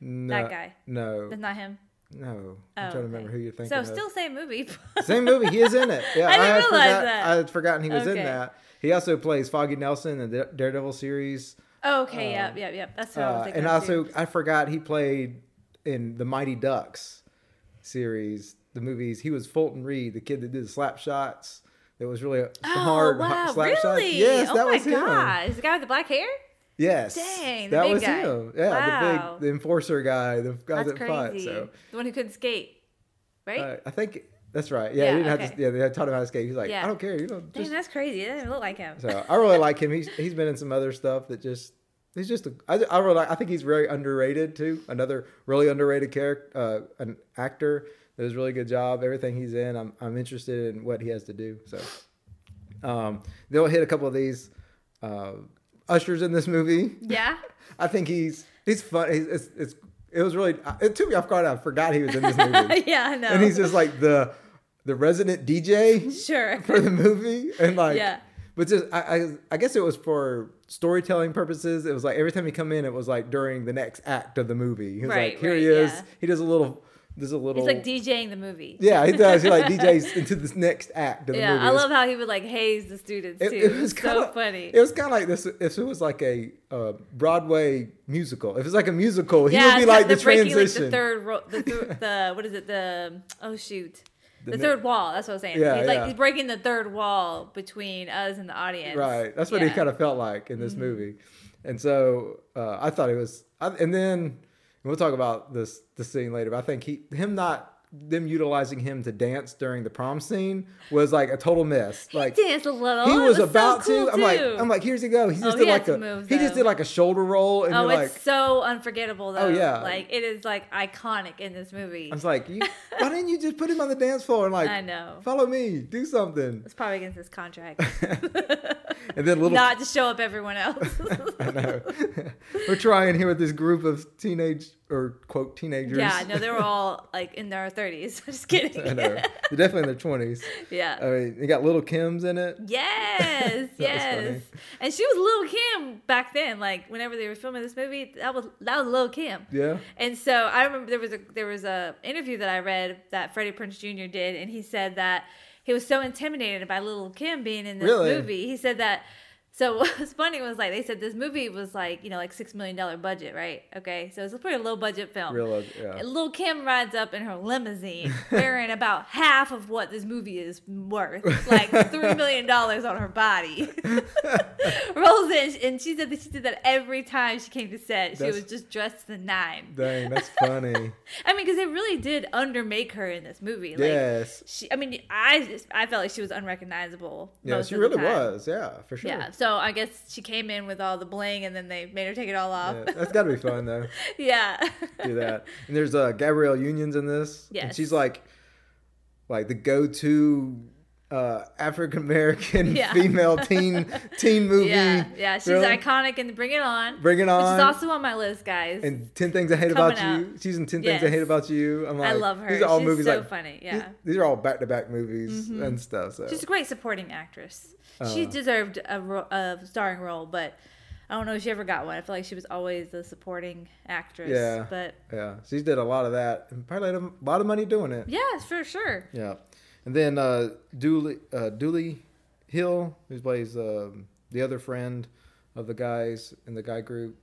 A: No,
B: guy.
A: No,
B: That's not him.
A: no. I'm
B: Oh,
A: trying to remember
B: okay.
A: who you're thinking.
B: So
A: of.
B: still same movie.
A: same movie. He is in it. Yeah,
B: I didn't
A: had
B: realize
A: forgot-
B: that.
A: I had forgotten he was
B: Okay.
A: in that. He also plays Foggy Nelson in the Daredevil series,
B: oh, okay, yep, yep, yep. That's who I was
A: Uh,
B: thinking.
A: and
B: of, too.
A: also I forgot he played in the Mighty Ducks series, the movies. He was Fulton Reed, the kid that did the slap shots. That was really uh, hard
B: Oh, wow,
A: hot slap shots.
B: really?
A: Yes,
B: oh
A: that
B: my
A: was him.
B: gosh. The guy with the black hair?
A: Yes.
B: Dang, the
A: that
B: big
A: was
B: guy.
A: him. Yeah,
B: Wow.
A: the big the enforcer guy, the guy
B: That's
A: that fought.
B: crazy.
A: So
B: The one who couldn't skate, right?
A: uh, I think that's right. Yeah,
B: Yeah,
A: he didn't have
B: okay.
A: to yeah, they had taught him how to escape. He's like,
B: Yeah.
A: I don't care, you don't
B: Dang,
A: just
B: that's crazy. It doesn't even look like him.
A: so I really like him. He's he's been in some other stuff that just he's just a, I, I really like, I think he's very underrated too. Another really underrated character, uh, an actor that does a really good job. Everything he's in, I'm I'm interested in what he has to do. So, um, they'll hit a couple of these. Uh, Usher's in this movie.
B: yeah.
A: I think he's he's fun. He's, it's, it's it was really uh, it took me off guard. I forgot he was in this movie,
B: yeah, I know.
A: and he's just like the the resident DJ
B: sure.
A: for the movie and like
B: Yeah.
A: but just I, I I guess it was for storytelling purposes. It was like every time he come in, it was like during the next act of the movie. He was
B: Right,
A: like, here he
B: right,
A: is.
B: yeah.
A: He does a little does a
B: He's
A: little
B: like DJing the movie.
A: Yeah, he does. He like DJs into this next act of the
B: Yeah,
A: movie.
B: I
A: It's-
B: love how he would like haze the students too.
A: it,
B: It,
A: it was
B: so
A: kind of
B: funny.
A: It was kind of like this. If it was like a uh, Broadway musical, if it's like a musical, he would be
B: it's
A: like
B: got-
A: the
B: they're breaking, like,
A: transition.
B: the third, ro- the, thir- the what is it? The oh shoot, the,
A: ne-
B: third wall. That's what I'm saying.
A: Yeah,
B: he's like
A: yeah.
B: he's breaking the third wall between us and the audience.
A: Right. That's what he kind of felt like in this
B: Mm-hmm.
A: movie. And so uh, I thought it was, I, and then and we'll talk about this the scene later. But I think he, him not them utilizing him to dance during the prom scene was like a total miss. like
B: danced a little.
A: He
B: It
A: was,
B: was so
A: about
B: cool,
A: to. I'm like,
B: too. Oh,
A: I'm like, here's he go. He just
B: he
A: did
B: had
A: like a,
B: some moves,
A: he just
B: though.
A: did like a shoulder roll, and
B: Oh,
A: you're like,
B: it's so unforgettable though.
A: Oh, yeah.
B: like it is like iconic in this movie.
A: I was like, you, why didn't you just put him on the dance floor and like,
B: I know.
A: follow me, do something.
B: it's probably against his contract
A: And then little
B: not to show up everyone else.
A: we're trying here with this group of teenage or quote teenagers.
B: yeah, no, they were all like in their 30s. Just
A: I
B: kidding.
A: know. They're definitely in their twenties.
B: yeah.
A: I mean, they got little Kims in it.
B: Yes,
A: That was
B: yes.
A: funny.
B: And she was Lil Kim back then. Like whenever they were filming this movie, that was that was Lil Kim.
A: Yeah.
B: And so I remember there was a there was a interview that I read that Freddie Prince Jr. did, and he said that he was so intimidated by Lil Kim being in this
A: Really?
B: movie. He said that. So what was funny was like they said this movie was like you know like six million dollar budget, right? Okay, so it's a pretty low budget film.
A: Real, yeah.
B: And Lil Kim rides up in her limousine wearing about half of what this movie is worth, like three million dollars on her body. Rolls in, and she said that she did that every time she came to set. She
A: That's-
B: was just dressed to the nine.
A: Dang, that's funny.
B: I mean, because they really did undermake her in this movie. Like,
A: yes.
B: She, I mean, I just- I felt like she was unrecognizable.
A: Yeah,
B: most
A: she
B: of the
A: really
B: time.
A: was. Yeah, for sure.
B: Yeah, so I guess she came in with all the bling, and then they made her take it all off.
A: Yeah, that's got to be fun though.
B: Yeah,
A: Do that. And there's uh, Gabrielle Unions in this. And
B: Yes.
A: she's like, like the go-to uh, African American
B: Yeah.
A: female teen teen movie.
B: Yeah, yeah, she's
A: really?
B: iconic in the Bring It On.
A: Bring It
B: Which
A: On.
B: is also on my list, guys.
A: And Ten Things I Hate
B: Coming
A: About You.
B: out.
A: She's in Ten Things I
B: Yes.
A: Hate About You. I'm like,
B: I love her.
A: These are all
B: She's
A: movies
B: so
A: like
B: funny,
A: these-
B: yeah. Mm-hmm.
A: These, are all back to back movies and stuff. So
B: She's a great supporting actress.
A: Uh.
B: she deserved a, ro- a starring role, but I don't know if she ever got one. I feel like she was always a supporting actress.
A: yeah,
B: But
A: yeah, she did a lot of that and probably had a lot of money doing it.
B: yeah, for sure.
A: Yeah, and then uh, Dooley uh, Dooley Hill, who plays um, the other friend of the guys in the guy group.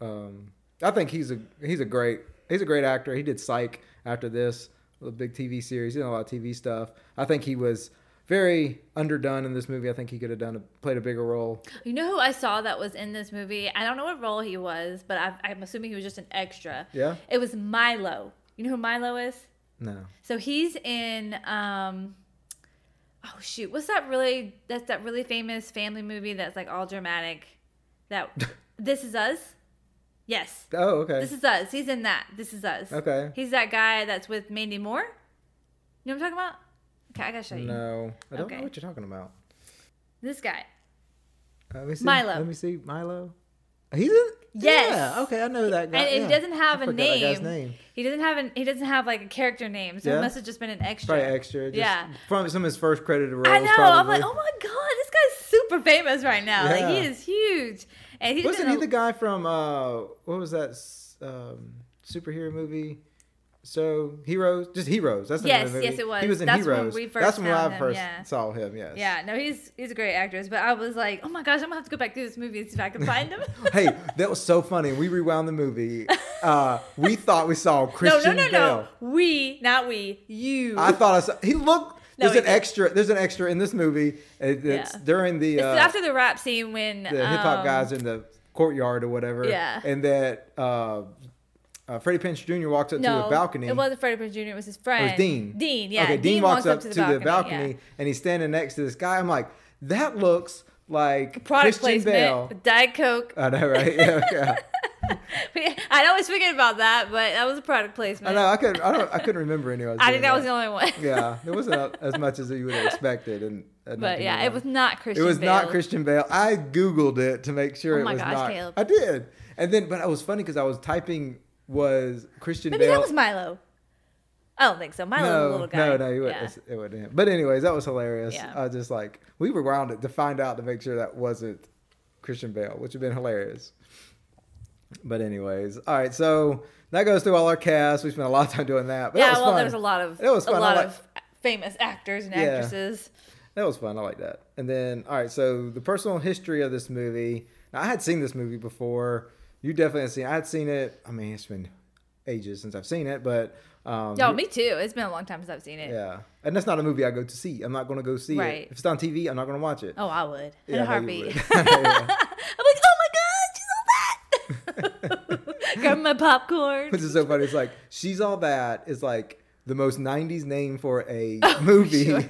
A: Um, I think he's a he's a great he's a great actor. He did Psych after this, a big TV series. He did a lot of TV stuff. I think he was very underdone in this movie. I think he could have done a, played a bigger role.
B: You know who I saw that was in this movie? I don't know what role he was, but I, I'm assuming he was just an extra.
A: Yeah?
B: It was Milo. You know who Milo is?
A: No,
B: So he's in. um Oh shoot! What's that really? That's that really famous family movie that's like all dramatic. That this is us. Yes.
A: oh okay,
B: This is us. He's in that. This is us.
A: Okay.
B: He's that guy that's with Mandy Moore. You know what I'm talking about? Okay, I gotta show you.
A: no, I don't
B: Okay.
A: know what you're talking about.
B: This guy.
A: Let me see.
B: Milo.
A: Let me see. Milo. He's in.
B: Yes.
A: Yeah. Okay, I know that guy.
B: And
A: yeah.
B: he doesn't have
A: I
B: a
A: forgot that guy's
B: name.
A: name.
B: He doesn't have an. He doesn't have like a character name. So
A: Yeah.
B: it must have just been an extra.
A: Probably extra. Just
B: yeah.
A: From some of his first credited roles.
B: I know. I'm
A: Probably.
B: like, oh my god, this guy's super famous right now. Like he
A: Yeah.
B: is huge. And he's
A: Wasn't
B: in
A: he
B: a-
A: the guy from uh, what was that s- um, superhero movie? So heroes, just heroes. That's the name of the
B: Yes, yes,
A: movie.
B: it was.
A: He was in
B: That's when
A: heroes.
B: we first
A: That's when
B: found
A: I
B: him,
A: first
B: yeah.
A: saw him. Yes.
B: Yeah, no, he's he's a great actress. But I was like, oh my gosh, I'm gonna have to go back through this movie and see if I can find him.
A: hey, that was so funny. We rewound the movie. Uh, we thought we saw
B: no,
A: Christian
B: no,
A: Bale.
B: no, no. We, not we. You.
A: I thought I saw. He looked.
B: No,
A: There's
B: he
A: an
B: didn't.
A: extra. There's an extra in this movie. It, it's
B: Yeah.
A: during the.
B: It's
A: uh,
B: after the rap scene when
A: the hip hop
B: um,
A: guys in the courtyard or whatever.
B: Yeah.
A: And that uh, uh, Freddie Pinch Jr. walks up
B: No,
A: to a balcony.
B: It wasn't Freddie Prinze Jr. It was his friend.
A: It was Dean.
B: Dean, yeah.
A: Okay, Dean, walks, up, to the balcony,
B: yeah.
A: and he's standing next to this guy. I'm like, that looks like
B: Product
A: Christian
B: placement.
A: Bale. Uh,
B: Diet Coke.
A: I know, right? Yeah, yeah.
B: I always forget about that, but that was a product
A: I
B: placement.
A: know. I couldn't. I don't. I couldn't remember anyone.
B: I think that was the only one.
A: Yeah, there wasn't as much as you would have expected, and and
B: But
A: nothing
B: yeah, it
A: wrong.
B: was not Christian.
A: It was not
B: Bale.
A: Christian Bale. I googled it to make sure
B: Oh
A: it
B: my
A: was
B: gosh,
A: not.
B: Caleb.
A: I did, and then but it was funny because I was typing was Christian
B: Maybe
A: Bale.
B: that was Milo. I don't think so. Milo's
A: no,
B: a little guy.
A: no, no, you
B: Yeah.
A: wouldn't. It wouldn't. But anyways, that was hilarious.
B: Yeah.
A: I was just like, we rewound it to find out to make sure that wasn't Christian Bale, which would have been hilarious. But anyways, all right. So that goes through all our cast. We spent a lot of time doing that. But
B: Yeah,
A: that was
B: well,
A: fun.
B: there was a lot of
A: It was fun.
B: a
A: I
B: lot
A: like-
B: of famous actors and
A: Yeah.
B: actresses.
A: That was fun. I like that. And then, all right. So the personal history of this movie. Now, I had seen this movie before. You definitely had seen. I had seen it. I mean, it's been ages since I've seen it, but um,
B: No, me too. It's been a long time since I've seen it.
A: yeah. And that's not a movie I go to see. I'm not going to go see
B: Right.
A: it. If it's on TV, I'm not going to watch it.
B: Oh, I would. In
A: Yeah,
B: a
A: I know you
B: heartbeat.
A: would.
B: I'm like, oh my god, she's all that. Grabbing my popcorn.
A: Which is so funny. It's like she's all that is like the most '90s name for a movie.
B: Oh, sure.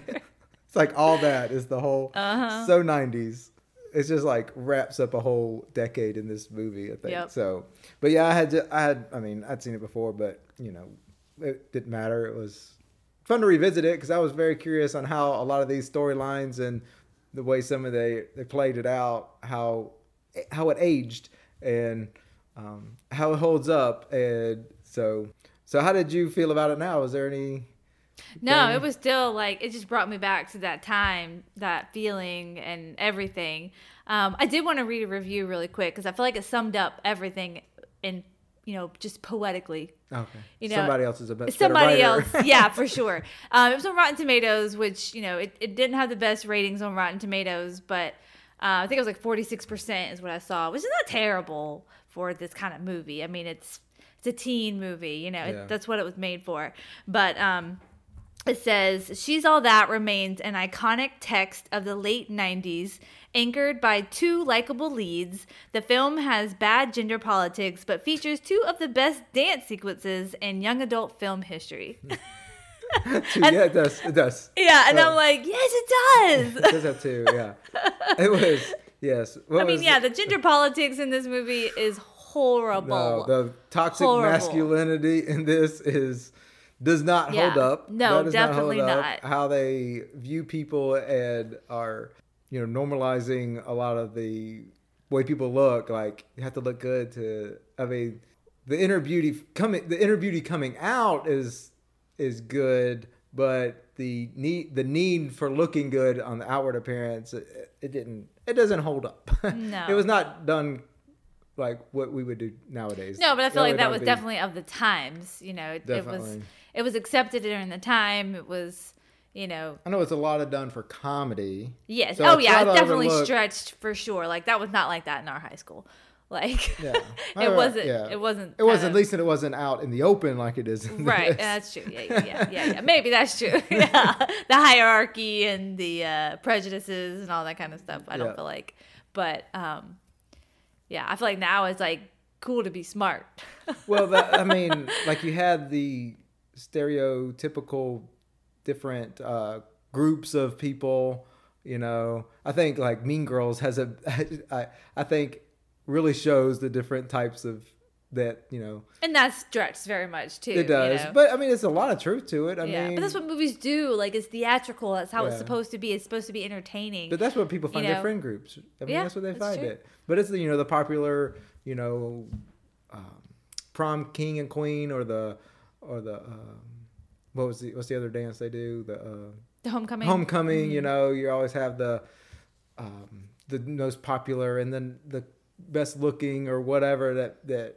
A: it's like all that is the whole
B: Uh-huh.
A: so '90s. It's just like wraps up a whole decade in this movie. I think
B: Yep.
A: so. But yeah, I had to, I had I mean I'd seen it before, but you know it didn't matter. It was fun to revisit it because I was very curious on how a lot of these storylines and the way some of they they played it out, how how it aged and um, how it holds up, and so so how did you feel about it now? Was there any
B: No,
A: thing.
B: it was still like it just brought me back to that time, that feeling, and everything. Um, I did want to read a review really quick because I feel like it summed up everything in you know just poetically.
A: okay?
B: You know,
A: somebody else is a bit
B: Somebody
A: better
B: else,
A: writer.
B: yeah, for sure. Um, it was on Rotten Tomatoes, which you know it, it didn't have the best ratings on Rotten Tomatoes, but uh, I think it was like forty six percent is what I saw, which is not terrible for this kind of movie. I mean, it's it's a teen movie, you know,
A: Yeah.
B: it, that's what it was made for. But um, it says, She's All That remains an iconic text of the late 90s, anchored by two likable leads. The film has bad gender politics, but features two of the best dance sequences in young adult film history.
A: yeah, it does. It does.
B: Yeah, and
A: Oh.
B: I'm like, Yes, it does.
A: It does have two. Yeah, it was yes. What
B: I mean,
A: was
B: yeah,
A: the-
B: the gender politics in this movie is horrible.
A: No, the toxic
B: Horrible.
A: masculinity in this is does not
B: Yeah.
A: hold up.
B: No,
A: That does
B: definitely
A: hold up.
B: not.
A: How they view people and are, you know, normalizing a lot of the way people look. Like you have to look good to. I mean, the inner beauty coming. The inner beauty coming out is is good, but the need the need for looking good on the outward appearance it, it didn't it doesn't hold up.
B: No.
A: it was not done like what we would do nowadays.
B: No, but I feel like
A: would
B: that
A: not
B: was
A: be-
B: definitely of the times. You know, it, it was
A: Definitely.
B: it was accepted during the time. It was, you know,
A: I know it's a lot of done for comedy.
B: yes.
A: So I
B: oh yeah,
A: try
B: it's
A: to
B: definitely
A: overlook-
B: stretched for sure. Like that was not like that in our high school. Like
A: Yeah.
B: it
A: Uh,
B: wasn't.
A: yeah.
B: It wasn't.
A: It wasn't.
B: kind
A: At
B: of-
A: least it wasn't out in the open like it is. In
B: Right,
A: this.
B: that's true. Yeah, yeah, yeah, yeah, yeah. Maybe that's true. yeah, the hierarchy and the uh, prejudices and all that kind of stuff. I don't
A: Yeah.
B: feel like, but um, yeah, I feel like now it's like cool to be smart.
A: well, that, I mean, like you had the stereotypical different uh, groups of people. You know, I think like Mean Girls has a. I I think really shows the different types of that. You know,
B: And that's stretched very much too.
A: it does.
B: you know?
A: But I mean, it's a lot of truth to it. I
B: yeah,
A: mean,
B: but that's what movies do. Like it's theatrical. That's how it's
A: Yeah.
B: supposed to be. It's supposed to be entertaining.
A: But that's what people
B: you
A: find
B: know?
A: their friend groups. I mean,
B: Yeah,
A: that's what they
B: that's
A: find
B: true.
A: it. But it's the you know the popular you know um, prom king and queen or the or the um, what was the what's the other dance they do the uh,
B: the homecoming. Mm-hmm.
A: homecoming. You know, you always have the um, the most popular and then the best looking or whatever that that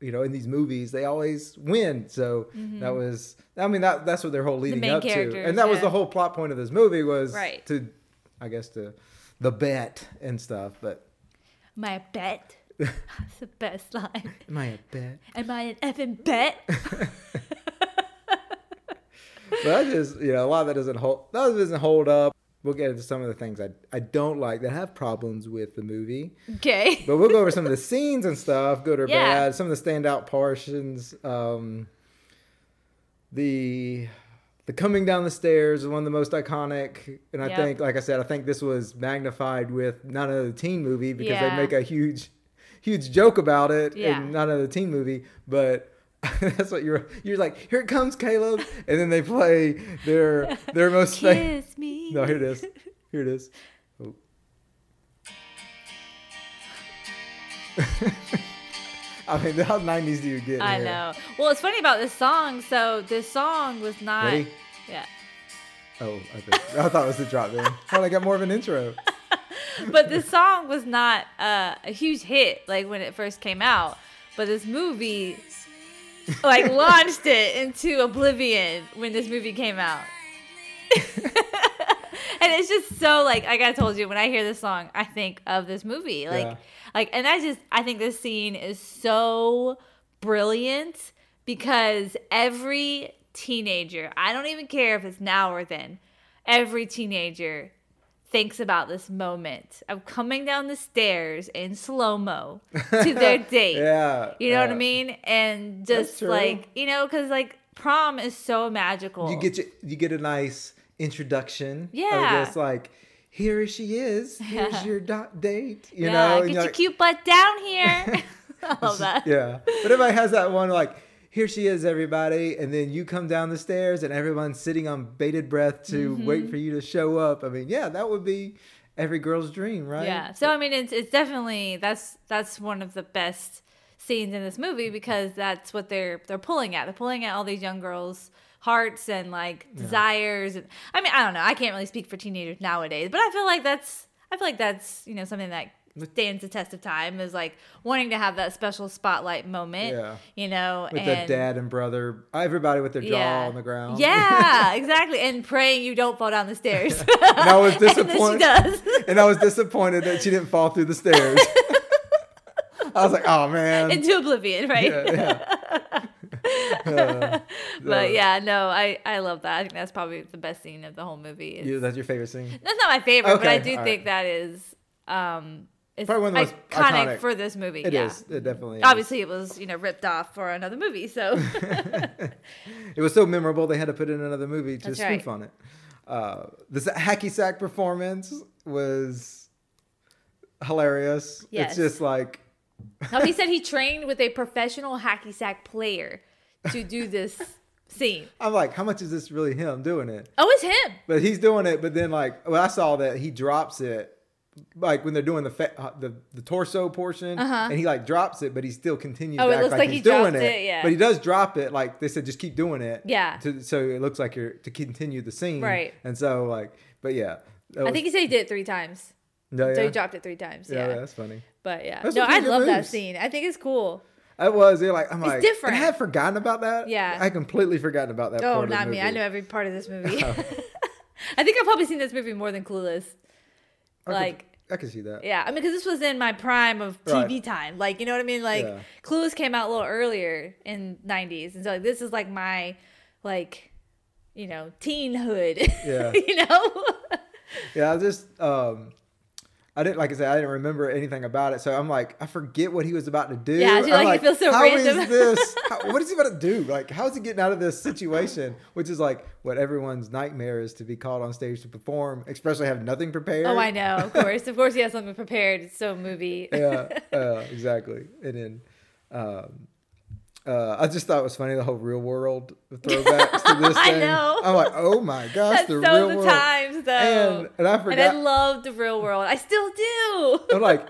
A: you know in these movies they always win so that was i mean that that's what their whole leading
B: Mm-hmm. main
A: up to
B: characters,
A: and that was
B: yeah.
A: the whole plot point of this movie was
B: Right.
A: to i guess to the bet and stuff but
B: My bet. that's the best line.
A: am i a bet
B: Am I an effing bet?
A: but i just you know a lot of that doesn't hold that doesn't hold up we'll get into some of the things i i don't like that have problems with the movie
B: Okay.
A: but we'll go over some of the scenes and stuff, good or
B: Yeah.
A: bad, some of the standout portions. Um, the the coming down the stairs is one of the most iconic, and I
B: Yep.
A: think, like I said, I think this was magnified with not another teen movie because
B: Yeah.
A: they make a huge, huge joke about it
B: Yeah.
A: in not another teen movie, but. That's what you're. You're like, here it comes, Caleb, and then they play their their most famous.
B: Kiss me.
A: No, here it is. Here it is. Oh. I mean, how 90s do you get?
B: I
A: here?
B: know. Well, it's funny about this song. So this song was not.
A: Ready?
B: Yeah.
A: Oh, I, think, I thought it was the drop in. Well, I got more of an intro.
B: But this song was not uh, a huge hit like when it first came out. But this movie like launched it into oblivion when this movie came out. and it's just so like like I told you when I hear this song, I think of this movie. Like
A: Yeah.
B: like and I just I think this scene is so brilliant because every teenager, I don't even care if it's now or then, every teenager thinks about this moment of coming down the stairs in slow-mo to their date.
A: Yeah. uh,
B: You know what I
A: yeah.
B: mean? And
A: That's
B: just
A: true.
B: like, you know, because like prom is so magical.
A: You get your, you get a nice introduction.
B: Yeah.
A: Of this, like, here she is. Here's your do- date. You
B: yeah,
A: know? and
B: get
A: you're
B: your
A: like,
B: cute butt down here. I love that.
A: Yeah. But everybody has that one like, here she is, everybody, and then you come down the stairs and everyone's sitting on bated breath to
B: Mm-hmm.
A: wait for you to show up. I mean, yeah, that would be every girl's dream, right?
B: Yeah. So I mean, it's it's definitely that's that's one of the best scenes in this movie because that's what they're they're pulling at. They're pulling at all these young girls' hearts and like desires. And I mean, I don't know. I can't really speak for teenagers nowadays, but I feel like that's I feel like that's you know something that stands the test of time is like wanting to have that special spotlight moment.
A: Yeah.
B: You know,
A: With the
B: and
A: dad and brother, everybody with their jaw on the ground.
B: Yeah, exactly. And praying you don't fall down the stairs.
A: And I was
B: and then she
A: disappointed.
B: does.
A: and I was disappointed that she didn't fall through the stairs. I was like, oh man.
B: Into oblivion, right?
A: yeah, yeah.
B: But yeah, no, I I love that. I think that's probably the best scene of the whole movie. It's-
A: You- that's your favorite scene.
B: That's not my favorite, but I
A: Okay,
B: do
A: all
B: think
A: right.
B: that is um it's
A: Probably one of the most
B: iconic,
A: iconic.
B: for this movie.
A: It is.
B: yeah.
A: It definitely is.
B: Obviously, it was you know ripped off for another movie, so
A: It was so memorable they had to put in another movie to
B: That's
A: spoof
B: right.
A: on it. Uh, this hacky sack performance was hilarious.
B: Yes.
A: It's just like
B: no, he said he trained with a professional hacky sack player to do this scene.
A: I'm like, how much is this really him doing it?
B: Oh, it's him.
A: But he's doing it. But then like, well, I saw that he drops it, like when they're doing the fa- uh, the, the torso portion, and he like drops it, but he still continues.
B: Uh-huh. Oh,
A: to
B: it
A: act
B: looks
A: like,
B: like
A: he's
B: he
A: doing
B: dropped
A: it.
B: it, yeah.
A: But he does drop it. Like they said, just keep doing it.
B: Yeah.
A: To, so it looks like you're to continue the scene.
B: Right.
A: And so like, but yeah. that
B: I
A: was-
B: think he said he did it three times.
A: no,
B: So
A: yeah.
B: he dropped it three times.
A: Yeah,
B: Yeah.
A: that's funny.
B: But yeah.
A: Those
B: no,
A: are pretty
B: I
A: good
B: love that
A: moves.
B: scene. I think it's cool.
A: It was. They're like, I'm like,
B: different.
A: I had forgotten about that.
B: Yeah.
A: I completely forgotten about that.
B: Oh,
A: part of the
B: not me. I
A: movie.
B: know every part of this movie. I think I've probably seen this movie more than Clueless.
A: I could-
B: Like,
A: I can see that.
B: yeah. I mean, because this was in my prime of TV
A: Right.
B: time. Like, you know what I mean? Like,
A: Yeah.
B: Clueless came out a little earlier in 90s. And so, like, this is like my, like, you know, teenhood.
A: Yeah.
B: you know?
A: Yeah, I just um I didn't like I said I didn't remember anything about it, so I'm like I forget what he was about to do.
B: Yeah, I feel
A: I'm
B: like it feels so
A: "How is
B: random."
A: this? How, what is he about to do? Like, how is he getting out of this situation? Which is like what everyone's nightmare is to be called on stage to perform, especially have nothing prepared.
B: oh, I know. Of course. Of course, he has something prepared. It's so movie.
A: yeah, uh, exactly. And then, um, uh, I just thought it was funny the whole real world throwbacks to this
B: I
A: thing.
B: know.
A: I'm like, oh my gosh,
B: That's
A: the
B: so
A: real
B: the
A: world.
B: times though.
A: And- and I forgot-
B: And I loved the real world. I still do.
A: I'm like,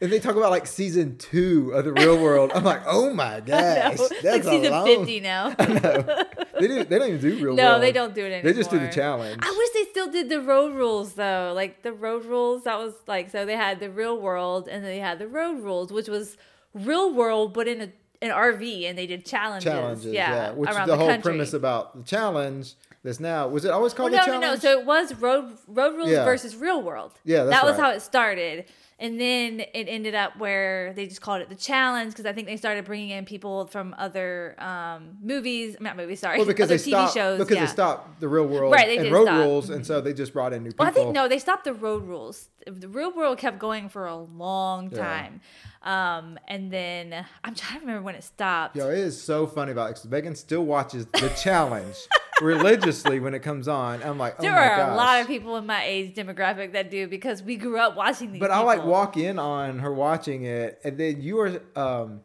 A: and they talk about like season two of the real world. I'm like, oh my gosh,
B: No,
A: that's
B: like
A: a
B: season
A: long-
B: fifty now.
A: They, do, they don't even do real
B: no,
A: world.
B: they don't do it
A: They
B: anymore.
A: just do the challenge.
B: I wish they still did the road rules though. Like the road rules, that was like so they had the real world and they had the road rules, which was real world but in a an RV and they did challenges.
A: challenges,
B: yeah,
A: which is
B: around
A: the, whole
B: country.
A: premise about the challenge. That's now was it always
B: Well,
A: called
B: no,
A: the
B: no,
A: challenge?
B: no. So it was road road rules
A: Yeah.
B: versus real world.
A: Yeah, that's
B: that was
A: right.
B: how it started, and then it ended up where they just called it the challenge because I think they started bringing in people from other um, movies, not movies, sorry,
A: well, because
B: other
A: they stopped
B: TV shows.
A: because
B: yeah.
A: they stopped the real world
B: Right, they
A: and
B: did
A: road
B: stop. Mm-hmm.
A: rules, and so they just brought in new people.
B: Well, I think no, they stopped the road rules. The real world kept going for a long time, um, and then I'm trying to remember when it stopped.
A: Yo, oh it is so funny about it 'cause Megan still watches the challenge religiously when it comes on. I'm like, oh
B: there
A: my
B: are a
A: gosh.
B: lot of people in my age demographic that do because we grew up watching these.
A: But I like
B: people.
A: walk in on her watching it, and then you are um,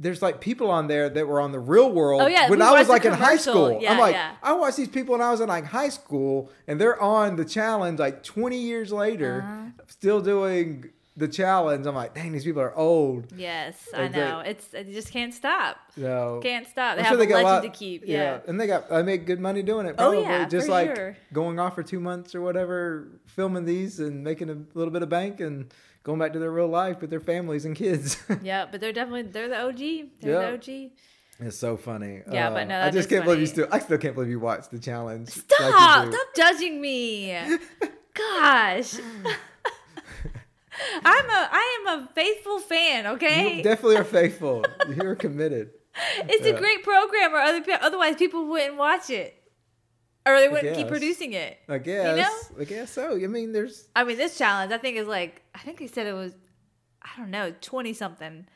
A: there's like people on there that were on the real world
B: Oh, yeah,
A: when
B: we
A: I was
B: watched the
A: like in high
B: commercial.
A: school. I'm
B: Yeah,
A: like,
B: yeah.
A: I watched these people when I was in like high school, and they're on the challenge like 20 years later,
B: Uh-huh.
A: still doing the challenge. I'm like, dang, these people are old.
B: Yes, I
A: Like they-
B: know. It's it just can't stop.
A: So
B: Can't stop. They
A: I'm
B: have
A: sure
B: a
A: got
B: legend
A: lot-
B: to keep. Yeah.
A: and they got I make good money doing it.
B: Oh,
A: Probably
B: yeah,
A: just
B: for
A: like
B: sure.
A: going off for two months or whatever, filming these and making a little bit of bank and going back to their real life with their families and kids.
B: yeah. but they're definitely they're the OG. They're
A: Yeah.
B: the OG.
A: it's so funny. Uh,
B: Yeah, but no,
A: I
B: that
A: just
B: is
A: can't believe you
B: funny.
A: still. I still can't believe you watched the challenge. like you
B: Stop!
A: do.
B: stop judging me. Gosh. I'm a I am a faithful fan, okay?
A: You definitely are faithful. You're committed.
B: it's a great program or other pe- otherwise people wouldn't watch it. Or they wouldn't keep
A: guess.
B: producing it.
A: I guess. I guess so. I mean, there's
B: I mean, this challenge I think is like I think they said it was I don't know, 20 something.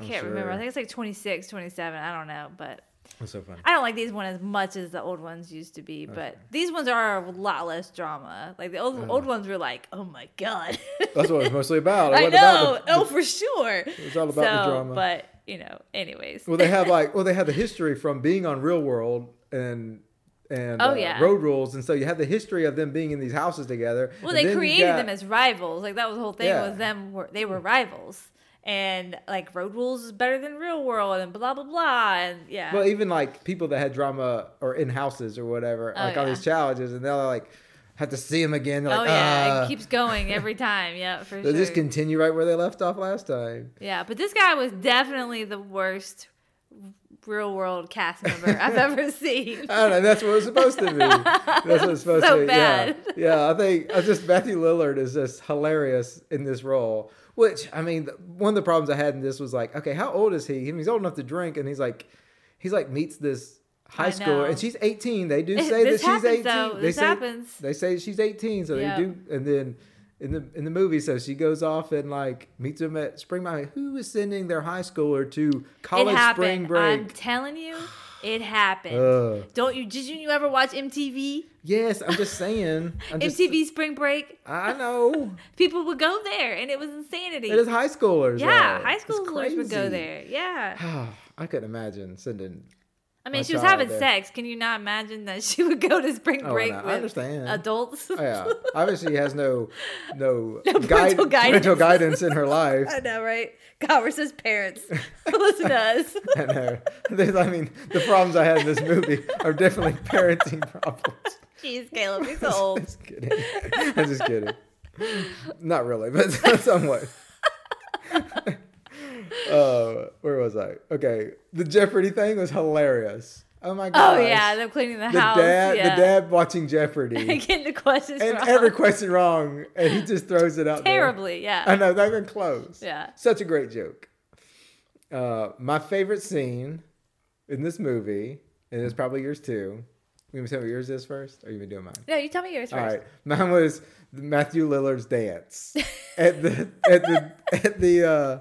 B: I can't remember. I
A: sure.
B: think it's like 26, 27, I don't know, but
A: that's so funny.
B: I don't like these ones as much as the old ones used to be, but these ones are a lot less drama. Like the old
A: Mm.
B: old ones were like, oh my god,
A: That's what it was mostly about. It
B: I
A: wasn't about
B: know,
A: the-
B: oh for sure. It's
A: all about the drama.
B: But you know, anyways,
A: Well, they have like well, they have the history from being on Real World and and
B: Oh,
A: uh,
B: yeah.
A: Road Rules, and so you have the history of them being in these houses together.
B: well,
A: and
B: they
A: then you
B: created
A: got-
B: them as rivals. Like that was the whole thing
A: Yeah.
B: was them were they were rivals, and like Road Rules is better than Real World, and blah blah blah, and yeah.
A: well, even like people that had drama or in houses or whatever,
B: Oh,
A: like all
B: yeah.
A: these challenges, and they're like have to see them again. They're
B: Oh
A: like,
B: yeah,
A: "Ah."
B: it keeps going every time. Yeah, for
A: They
B: sure.
A: just continue right where they left off last time.
B: Yeah, but this guy was definitely the worst real world cast member I've ever seen.
A: I don't know. That's what it was supposed to be. That's what it was supposed
B: So
A: to be.
B: bad.
A: Yeah. yeah, I think I just Matthew Lillard is just hilarious in this role. Which I mean, th- one of the problems I had in this was like, okay, how old is he? I mean, he's old enough to drink, and he's like, he's like meets this high
B: I know.
A: schooler, and she's eighteen. They do
B: This
A: say that
B: happens,
A: she's eighteen.
B: though.
A: They
B: This
A: say
B: happens.
A: they say she's eighteen, so
B: Yeah.
A: they do, and then. In the in the movie, so she goes off and like meets him at spring break. Who is sending their high schooler to college
B: it happened.
A: spring break?
B: I'm telling you, it happened.
A: Ugh.
B: Don't you? Did you, you ever watch MTV?
A: yes, I'm just saying. I'm just-
B: MTV Spring Break.
A: I know.
B: People would go there, and it was insanity.
A: It is high schoolers.
B: yeah,
A: though.
B: high
A: It's
B: schoolers would
A: crazy.
B: go there. Yeah.
A: I couldn't imagine sending
B: I mean,
A: My
B: she was
A: child
B: having
A: there.
B: sex. Can you not imagine that she would go to spring
A: Oh,
B: break
A: no, I
B: with
A: understand.
B: adults?
A: oh, yeah, obviously has no no,
B: parental guidance.
A: parental guidance in her life.
B: I know, right? God, we're just parents. Listen to us.
A: I know. uh, There's- I mean, the problems I had in this movie are definitely parenting problems.
B: Jeez, Caleb, you're so old.
A: Just kidding. I'm just kidding. Not really, but somewhat. uh, where was I? Okay, the Jeopardy thing was hilarious. Oh my
B: Oh
A: god!
B: yeah, them cleaning the,
A: the
B: house.
A: dad,
B: yeah.
A: the dad watching Jeopardy,
B: getting the questions
A: and
B: wrong.
A: every question wrong, and he just throws it out there.
B: terribly. Yeah.
A: I know, not even close.
B: Yeah.
A: Such a great joke. Uh, my favorite scene in this movie, and it's probably yours too. You want me to tell me what yours is first? Or you even doing mine?
B: No, you tell me yours
A: All
B: first.
A: right. Mine was Matthew Lillard's dance at the at the at the uh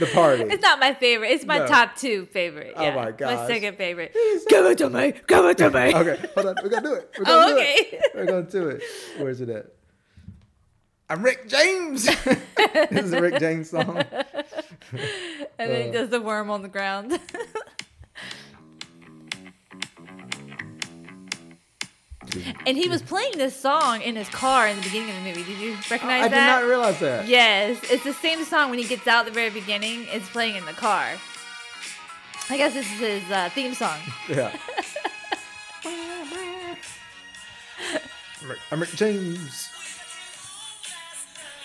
A: the party.
B: It's not my favorite. It's my
A: No.
B: top two favorite.
A: Oh
B: yeah.
A: my
B: My
A: gosh.
B: second favorite.
A: Give it to me. Give it to me. okay, hold on. We're gonna do it. We're gonna
B: Oh,
A: do
B: okay.
A: it. We're gonna do it. Where's it at? I'm Rick James. this is a Rick James song.
B: And then
A: Uh.
B: he does the worm on the ground. and he was playing this song in his car in the beginning of the movie. Did you recognize
A: I did
B: that?
A: not realize that.
B: Yes, it's the same song when he gets out at the very beginning. It's playing in the car. I guess this is his uh, theme song.
A: Yeah. I'm Rick- I'm Rick James.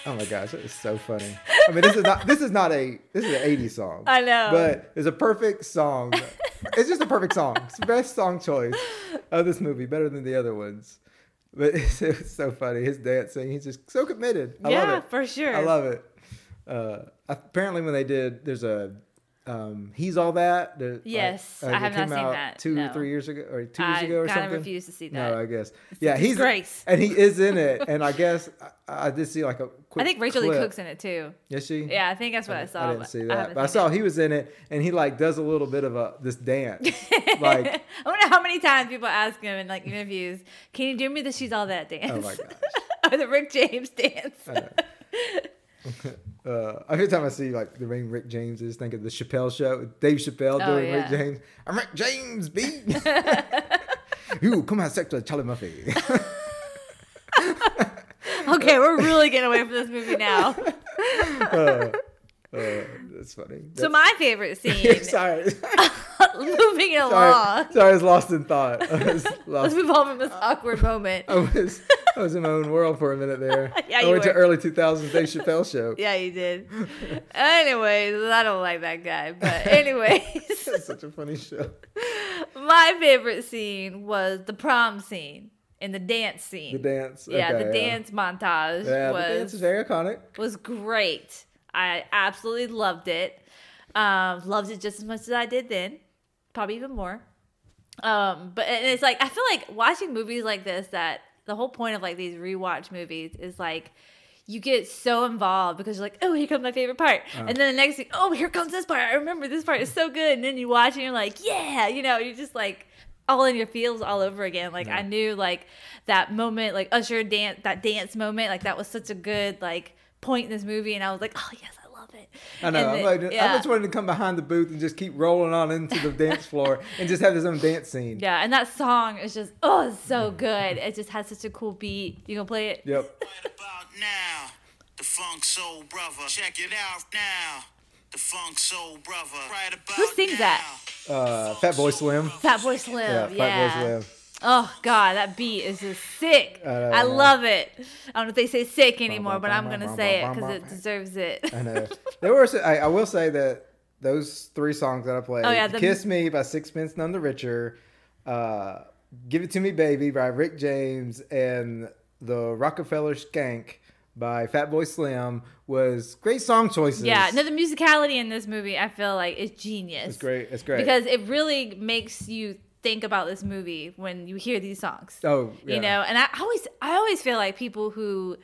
A: Oh my gosh, that is so funny. I mean, this is not this is not a this is an '80s song.
B: I know.
A: but it's a perfect song. it's just a perfect song. It's the best song choice of this movie, better than the other ones. But it's, it's so funny. His dancing, he's just so committed. I
B: Yeah,
A: love it
B: for sure.
A: I love it. Uh, apparently, when they did, there's a um, he's all that. there- like-
B: Yes,
A: uh,
B: I
A: it
B: have not
A: came
B: seen
A: out
B: that,
A: Two,
B: no.
A: three years ago, or two
B: I
A: years ago, or
B: kinda
A: something.
B: refuse to see that.
A: No, I guess. yeah, he's
B: disgrace.
A: and he is in it. And I guess I, I did see like a
B: I
A: quick.
B: think Rachel Lee
A: clip.
B: Cook's in it too.
A: Yes, she.
B: Yeah, I think that's what I, saw.
A: I didn't
B: but
A: see that,
B: haven't
A: but I
B: seen
A: saw
B: it.
A: he was in it, and he like does a little bit of a this dance, like
B: I wonder how many times people ask him in like interviews, "Can you do me the she's all that dance?"
A: oh my gosh.
B: or the Rick James dance.
A: Uh, every time I see like the name Rick James, I just think of the Chappelle Show, with Dave Chappelle
B: Oh,
A: doing Rick
B: yeah.
A: James. I'm Rick James, B. you come have sex with Charlie Murphy. Uh,
B: okay, we're really getting away from this movie now.
A: Uh, that's funny.
B: so
A: That's-
B: my favorite scene,
A: sorry,
B: moving
A: sorry,
B: it
A: Oh.
B: along.
A: sorry, I was lost in thought. I was
B: Let's
A: lost.
B: move on from this awkward moment.
A: I was I was in my own world for a minute there.
B: Yeah,
A: I
B: you
A: went to
B: were.
A: early 2000s Dave Chappelle Show.
B: Yeah, you did. anyways, I don't like that guy. But anyways,
A: That's such a funny show.
B: my favorite scene was the prom scene and the dance scene.
A: The dance.
B: Yeah,
A: okay,
B: the dance montage
A: Yeah,
B: was
A: the dance is very iconic.
B: was great. I absolutely loved it. Um, loved it just as much as I did then, probably even more. Um, but and it's like I feel like watching movies like this that the whole point of like these rewatch movies is like you get so involved because you're like, oh, here comes my favorite part,
A: Uh.
B: and then the next thing, oh, here comes this part. I remember this part is so good, and then you watch and you're like, yeah, you know, you're just like all in your feels all over again. Like I knew like that moment, like Usher dance, that dance moment, like that was such a good like point in this movie, and I was like, oh yes, I love it.
A: I know.
B: And
A: I'm
B: then-
A: like,
B: yeah.
A: I just wanted to come behind the booth and just keep rolling on into the dance floor and just have his own dance scene.
B: Yeah, and that song is just oh, it's so good. It just has such a cool beat. You gonna play it?
A: Mm. Yep.
I: Right about now, the Funk Soul Brother. Check it out now, the Funk Soul Brother. Right about
B: Who sings that?
A: Uh, Fat Boy Slim.
B: Fat Boy Slim. Yeah.
A: Fat Boy Slim.
B: Oh God, that beat is just sick. I,
A: know, I know.
B: love it. I don't know if they say sick anymore,
A: bum,
B: but I'm
A: bum,
B: gonna
A: bum,
B: say it
A: bum,
B: because
A: bum,
B: it
A: bum.
B: deserves it.
A: I know. There were. so- I, I will say that those three songs that I played.
B: Oh, yeah, the-
A: "Kiss Me" by Sixpence None the Richer, uh, "Give It to Me, Baby" by Rick James, and "The Rockefeller Skank" by Fatboy Slim was great song choices.
B: Yeah, no, the musicality in this movie, I feel like, is genius.
A: it's great. It's great
B: because it really makes you think about this movie when you hear these songs.
A: Oh, yeah.
B: you know, and I always, I always feel like people who,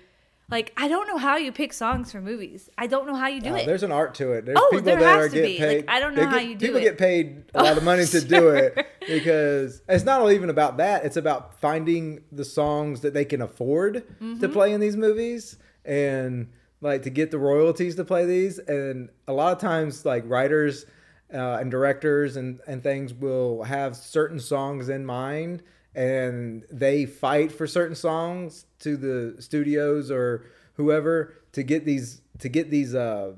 B: like, I don't know how you pick songs for movies. I don't know how you do
A: Uh,
B: it.
A: there's an art to it. There's
B: Oh,
A: people
B: there
A: that
B: has
A: are
B: to
A: get
B: be. Like,
A: paid.
B: I don't
A: they
B: know how
A: get-
B: you do
A: people
B: it.
A: get paid a lot of money to do it because it's not even about that. It's about finding the songs that they can afford to play in these movies and like to get the royalties to play these. And a lot of times, like writers uh, and directors and, and things will have certain songs in mind and they fight for certain songs to the studios or whoever to get these to get these uh,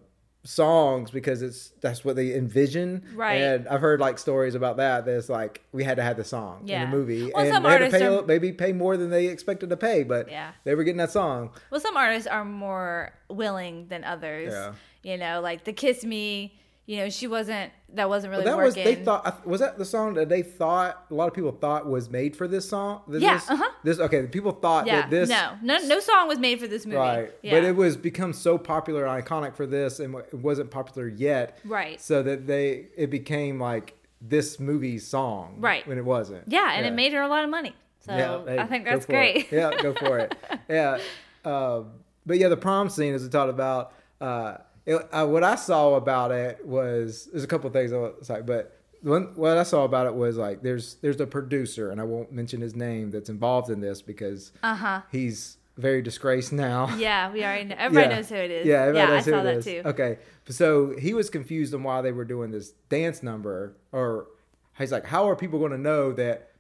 A: songs because it's that's what they envision
B: Right.
A: and i've heard like stories about that that's like we had to have the song in
B: Yeah.
A: the movie
B: Well,
A: and
B: some
A: they had to
B: artists
A: pay
B: are-
A: a- maybe pay more than they expected to pay but
B: Yeah.
A: they were getting that song
B: Well, some artists are more willing than others.
A: Yeah.
B: You know, like the Kiss Me, you know, she wasn't, that wasn't really
A: that was
B: working.
A: they thought I- was that the song that they thought a lot of people thought was made for this song this,
B: Yeah,
A: this,
B: uh-huh.
A: this okay people thought
B: yeah.
A: that this
B: no, no, no song was made for this movie.
A: right
B: Yeah.
A: but it was become so popular and iconic for this and it wasn't popular yet
B: Right.
A: so that they it became like this movie's song
B: Right.
A: when it wasn't
B: yeah, and it made her a lot of money. So
A: hey,
B: I think
A: go
B: that's
A: for it.
B: great.
A: yeah go for it yeah um, but yeah the prom scene as we talked about uh, it, uh, what i saw about it was there's a couple of things i was like but one, what i saw about it was like there's there's a producer and i won't mention his name that's involved in this because uh-huh. he's very disgraced now
B: Yeah, we already know. Everybody
A: Yeah.
B: knows who it is.
A: Yeah, everybody
B: yeah
A: knows
B: I
A: who
B: saw
A: it
B: that
A: is.
B: too.
A: Okay, so he was confused on why they were doing this dance number, or he's like, "How are people going to know that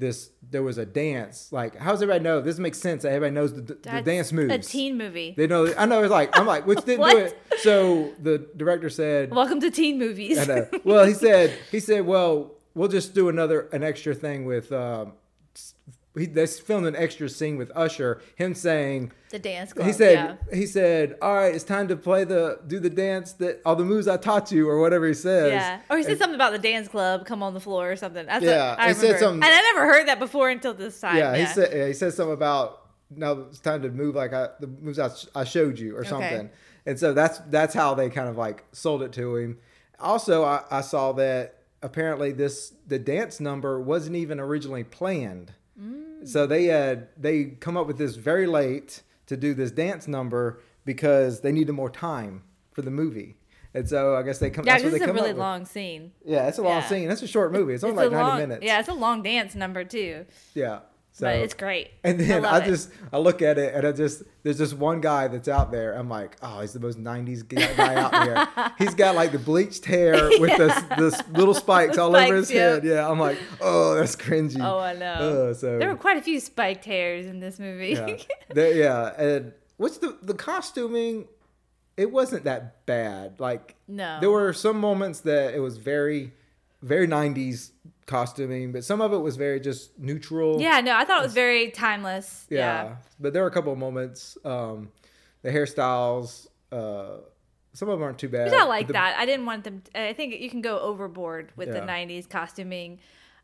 A: this there was a dance? Like, how does everybody know? This makes sense. That everybody knows the, the
B: That's
A: dance moves.
B: A teen movie.
A: They know. I know. It's like I'm like, which didn't do
B: What?
A: it. So the director said,
B: Welcome to teen movies.
A: I know. Well, he said he said, well, we'll just do another an extra thing with. Um, s- he, they filmed an extra scene with Usher, him saying
B: the dance club.
A: he said
B: yeah.
A: he said all right it's time to play the do the dance that all the moves i taught you or whatever he says
B: Yeah. Or he said something about the dance club, come on the floor or something. That's
A: Yeah,
B: what I
A: he said
B: remember.
A: something-
B: And I never heard that before until this time.
A: yeah, he said yeah, he said something about now it's time to move like I, the moves I, I showed you or something and so that's that's how they kind of like sold it to him also I, I saw that apparently this the dance number wasn't even originally planned
B: Mm.
A: so they had they come up with this very late to do this dance number because they needed more time for the movie and so I guess they come.
B: Yeah,
A: that's what
B: 'cause
A: they
B: it's a
A: come
B: really
A: up with.
B: long scene.
A: Yeah, it's a long
B: Yeah.
A: scene. That's a short movie. It's only
B: It's
A: like
B: a
A: ninety
B: long,
A: minutes.
B: Yeah, it's a long dance number too.
A: yeah. So
B: But it's great.
A: And then I,
B: love it.
A: just I look at it and I just there's this one guy that's out there. I'm like, oh, he's the most '90s g- guy out here. He's got like the bleached hair with the the s- little spikes
B: The
A: all over his
B: spikes, yeah.
A: head. Yeah, I'm like, oh, that's cringy.
B: Oh, I know.
A: Uh, so
B: There were quite a few spiked hairs in this movie.
A: yeah. There- yeah, and what's the the costuming? It wasn't that bad. Like
B: No.
A: there were some moments that it was very, very '90s costuming, but some of it was very just neutral.
B: Yeah, no, I thought it was very timeless.
A: yeah.
B: Yeah.
A: But there were a couple of moments. Um, the hairstyles, uh, some of them aren't too bad.
B: Because I like
A: but the-
B: that. I didn't want them. I think you can go overboard with
A: Yeah.
B: the '90s costuming,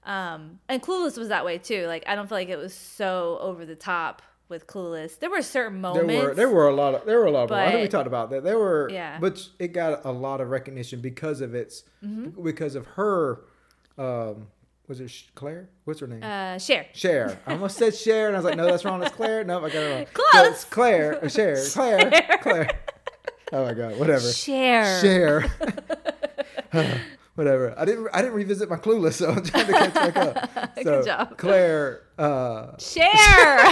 B: um, and Clueless was that way too. Like I don't feel like it was so over the top with Clueless. There were certain
A: There
B: moments.
A: were there were a lot of there were a lot of I think we
B: But-
A: talked about that. There were
B: Yeah.
A: but it got a lot of recognition because of its
B: Mm-hmm.
A: because of her um was it Sh- Claire? What's her name?
B: Uh, share.
A: Cher. I almost said Cher, and I was like, no, that's wrong. It's Claire. No, I got it wrong.
B: Close.
A: No, it's Claire. Or Cher. Claire. Claire. Oh my God. Whatever.
B: Share.
A: Share. Whatever. I didn't. I didn't revisit my clueless, so I'm trying to catch back up. So,
B: job.
A: Claire. Uh,
B: Share.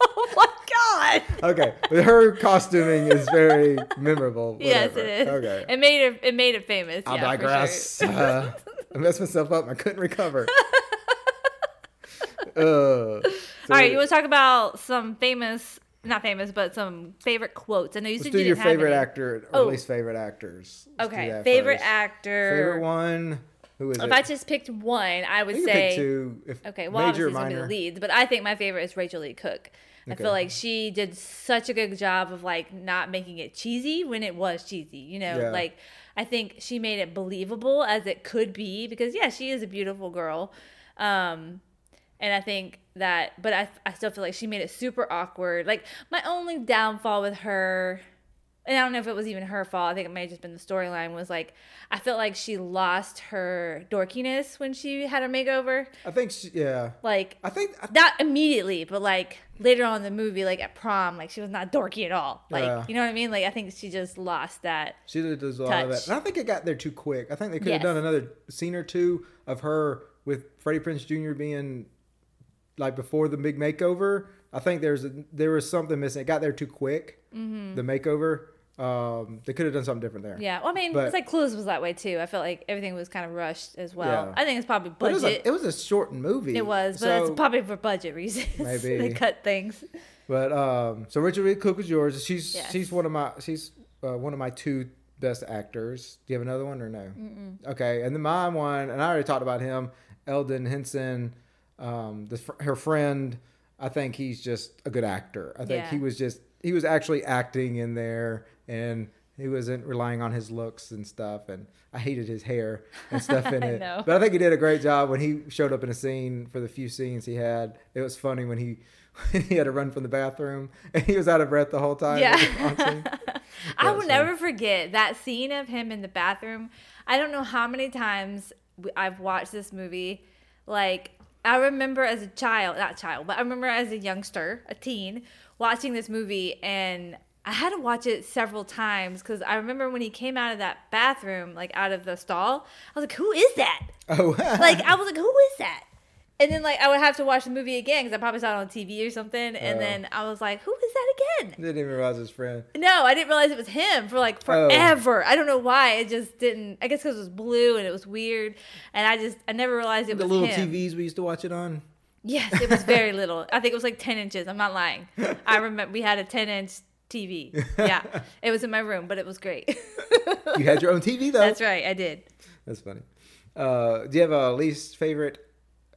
B: oh my god.
A: okay, but her costuming is very memorable.
B: Yes, it
A: Whatever.
B: is.
A: Okay.
B: It made it. It made it famous.
A: I
B: yeah, for sure.
A: digress. Uh, I messed myself up. I couldn't recover. uh, so
B: All right, you want to talk about some famous, not famous, but some favorite quotes? I know you
A: let's
B: said
A: do
B: you
A: your
B: didn't have
A: favorite
B: any.
A: actor or
B: Oh.
A: least favorite actors. Let's do
B: Okay,
A: that
B: favorite
A: first.
B: actor.
A: Favorite one. Who is
B: If
A: it?
B: I just picked one, I would
A: you can
B: say
A: pick two. If
B: Okay, well,
A: major or
B: obviously it's gonna be
A: minor.
B: the leads, but I think my favorite is Rachel Lee Cook. I
A: Okay.
B: feel like she did such a good job of like not making it cheesy when it was cheesy. You know,
A: Yeah.
B: like I think she made it believable as it could be because yeah, she is a beautiful girl, um, and I think that. But I I still feel like she made it super awkward. Like my only downfall with her and I don't know if it was even her fault. I think it may have just been the storyline was like, I felt like she lost her dorkiness when she had her makeover.
A: I think. She, yeah.
B: Like,
A: I think. I,
B: not immediately, but like later on in the movie, like at prom, like she was not dorky at all. Like,
A: Yeah.
B: you know what I mean? Like, I think she just lost that.
A: She did a lot of that.
B: Touch.
A: And I think it got there too quick. I think they could have
B: Yes.
A: done another scene or two of her with Freddie Prince Jr. being like before the big makeover. I think there's a, there was something missing. It got there too quick. The makeover. Um, they could have done something different there.
B: Mm-hmm. Yeah, well, I mean,
A: But-
B: it's like Clueless was that way too. I felt like everything was kind of rushed as well.
A: Yeah.
B: I think it's probably
A: But it
B: budget.
A: was, a, it was a short movie.
B: but it's probably for budget reasons. they
A: Maybe.
B: cut things.
A: But um, so Rachel Lee Cook was yours. She's
B: Yes.
A: she's one of my she's uh, one of my two best actors. Do you have another one or no? Okay, and then my one, and I already talked about him, Eldon Henson, um, the, fr- her friend. I think he's just a good actor. I think
B: Yeah.
A: he was just he was actually acting in there, and he wasn't relying on his looks and stuff. And I hated his hair and stuff in it.
B: know.
A: But I think he did a great job when he showed up in a scene for the few scenes he had. It was funny when he when he had to run from the bathroom and he was out of breath the whole time.
B: Yeah.
A: On scene.
B: I will
A: so-
B: never forget that scene of him in the bathroom. I don't know how many times w- I've watched this movie. Like, I remember as a child, not child, but I remember as a youngster, a teen, watching this movie and I had to watch it several times because I remember when he came out of that bathroom, like out of the stall, I was like, who is that?
A: Oh,
B: like I was like, who is that? And then like I would have to watch the movie again because I probably saw it on TV or something. And
A: Oh.
B: then I was like, who is that again?
A: didn't even realize his friend.
B: No, I didn't realize it was him for like
A: Oh.
B: forever. I don't know why. It just didn't. I guess because it was blue and it was weird, and I just I never realized it
A: The
B: was
A: little
B: him.
A: TVs we used to watch it on.
B: Yes, it was very little. I think it was like ten inches. I'm not lying. I remember we had a ten inch TV. Yeah, it was in my room, but it was great.
A: You had your own TV though.
B: That's right, I did.
A: That's funny. Uh, do you have a least favorite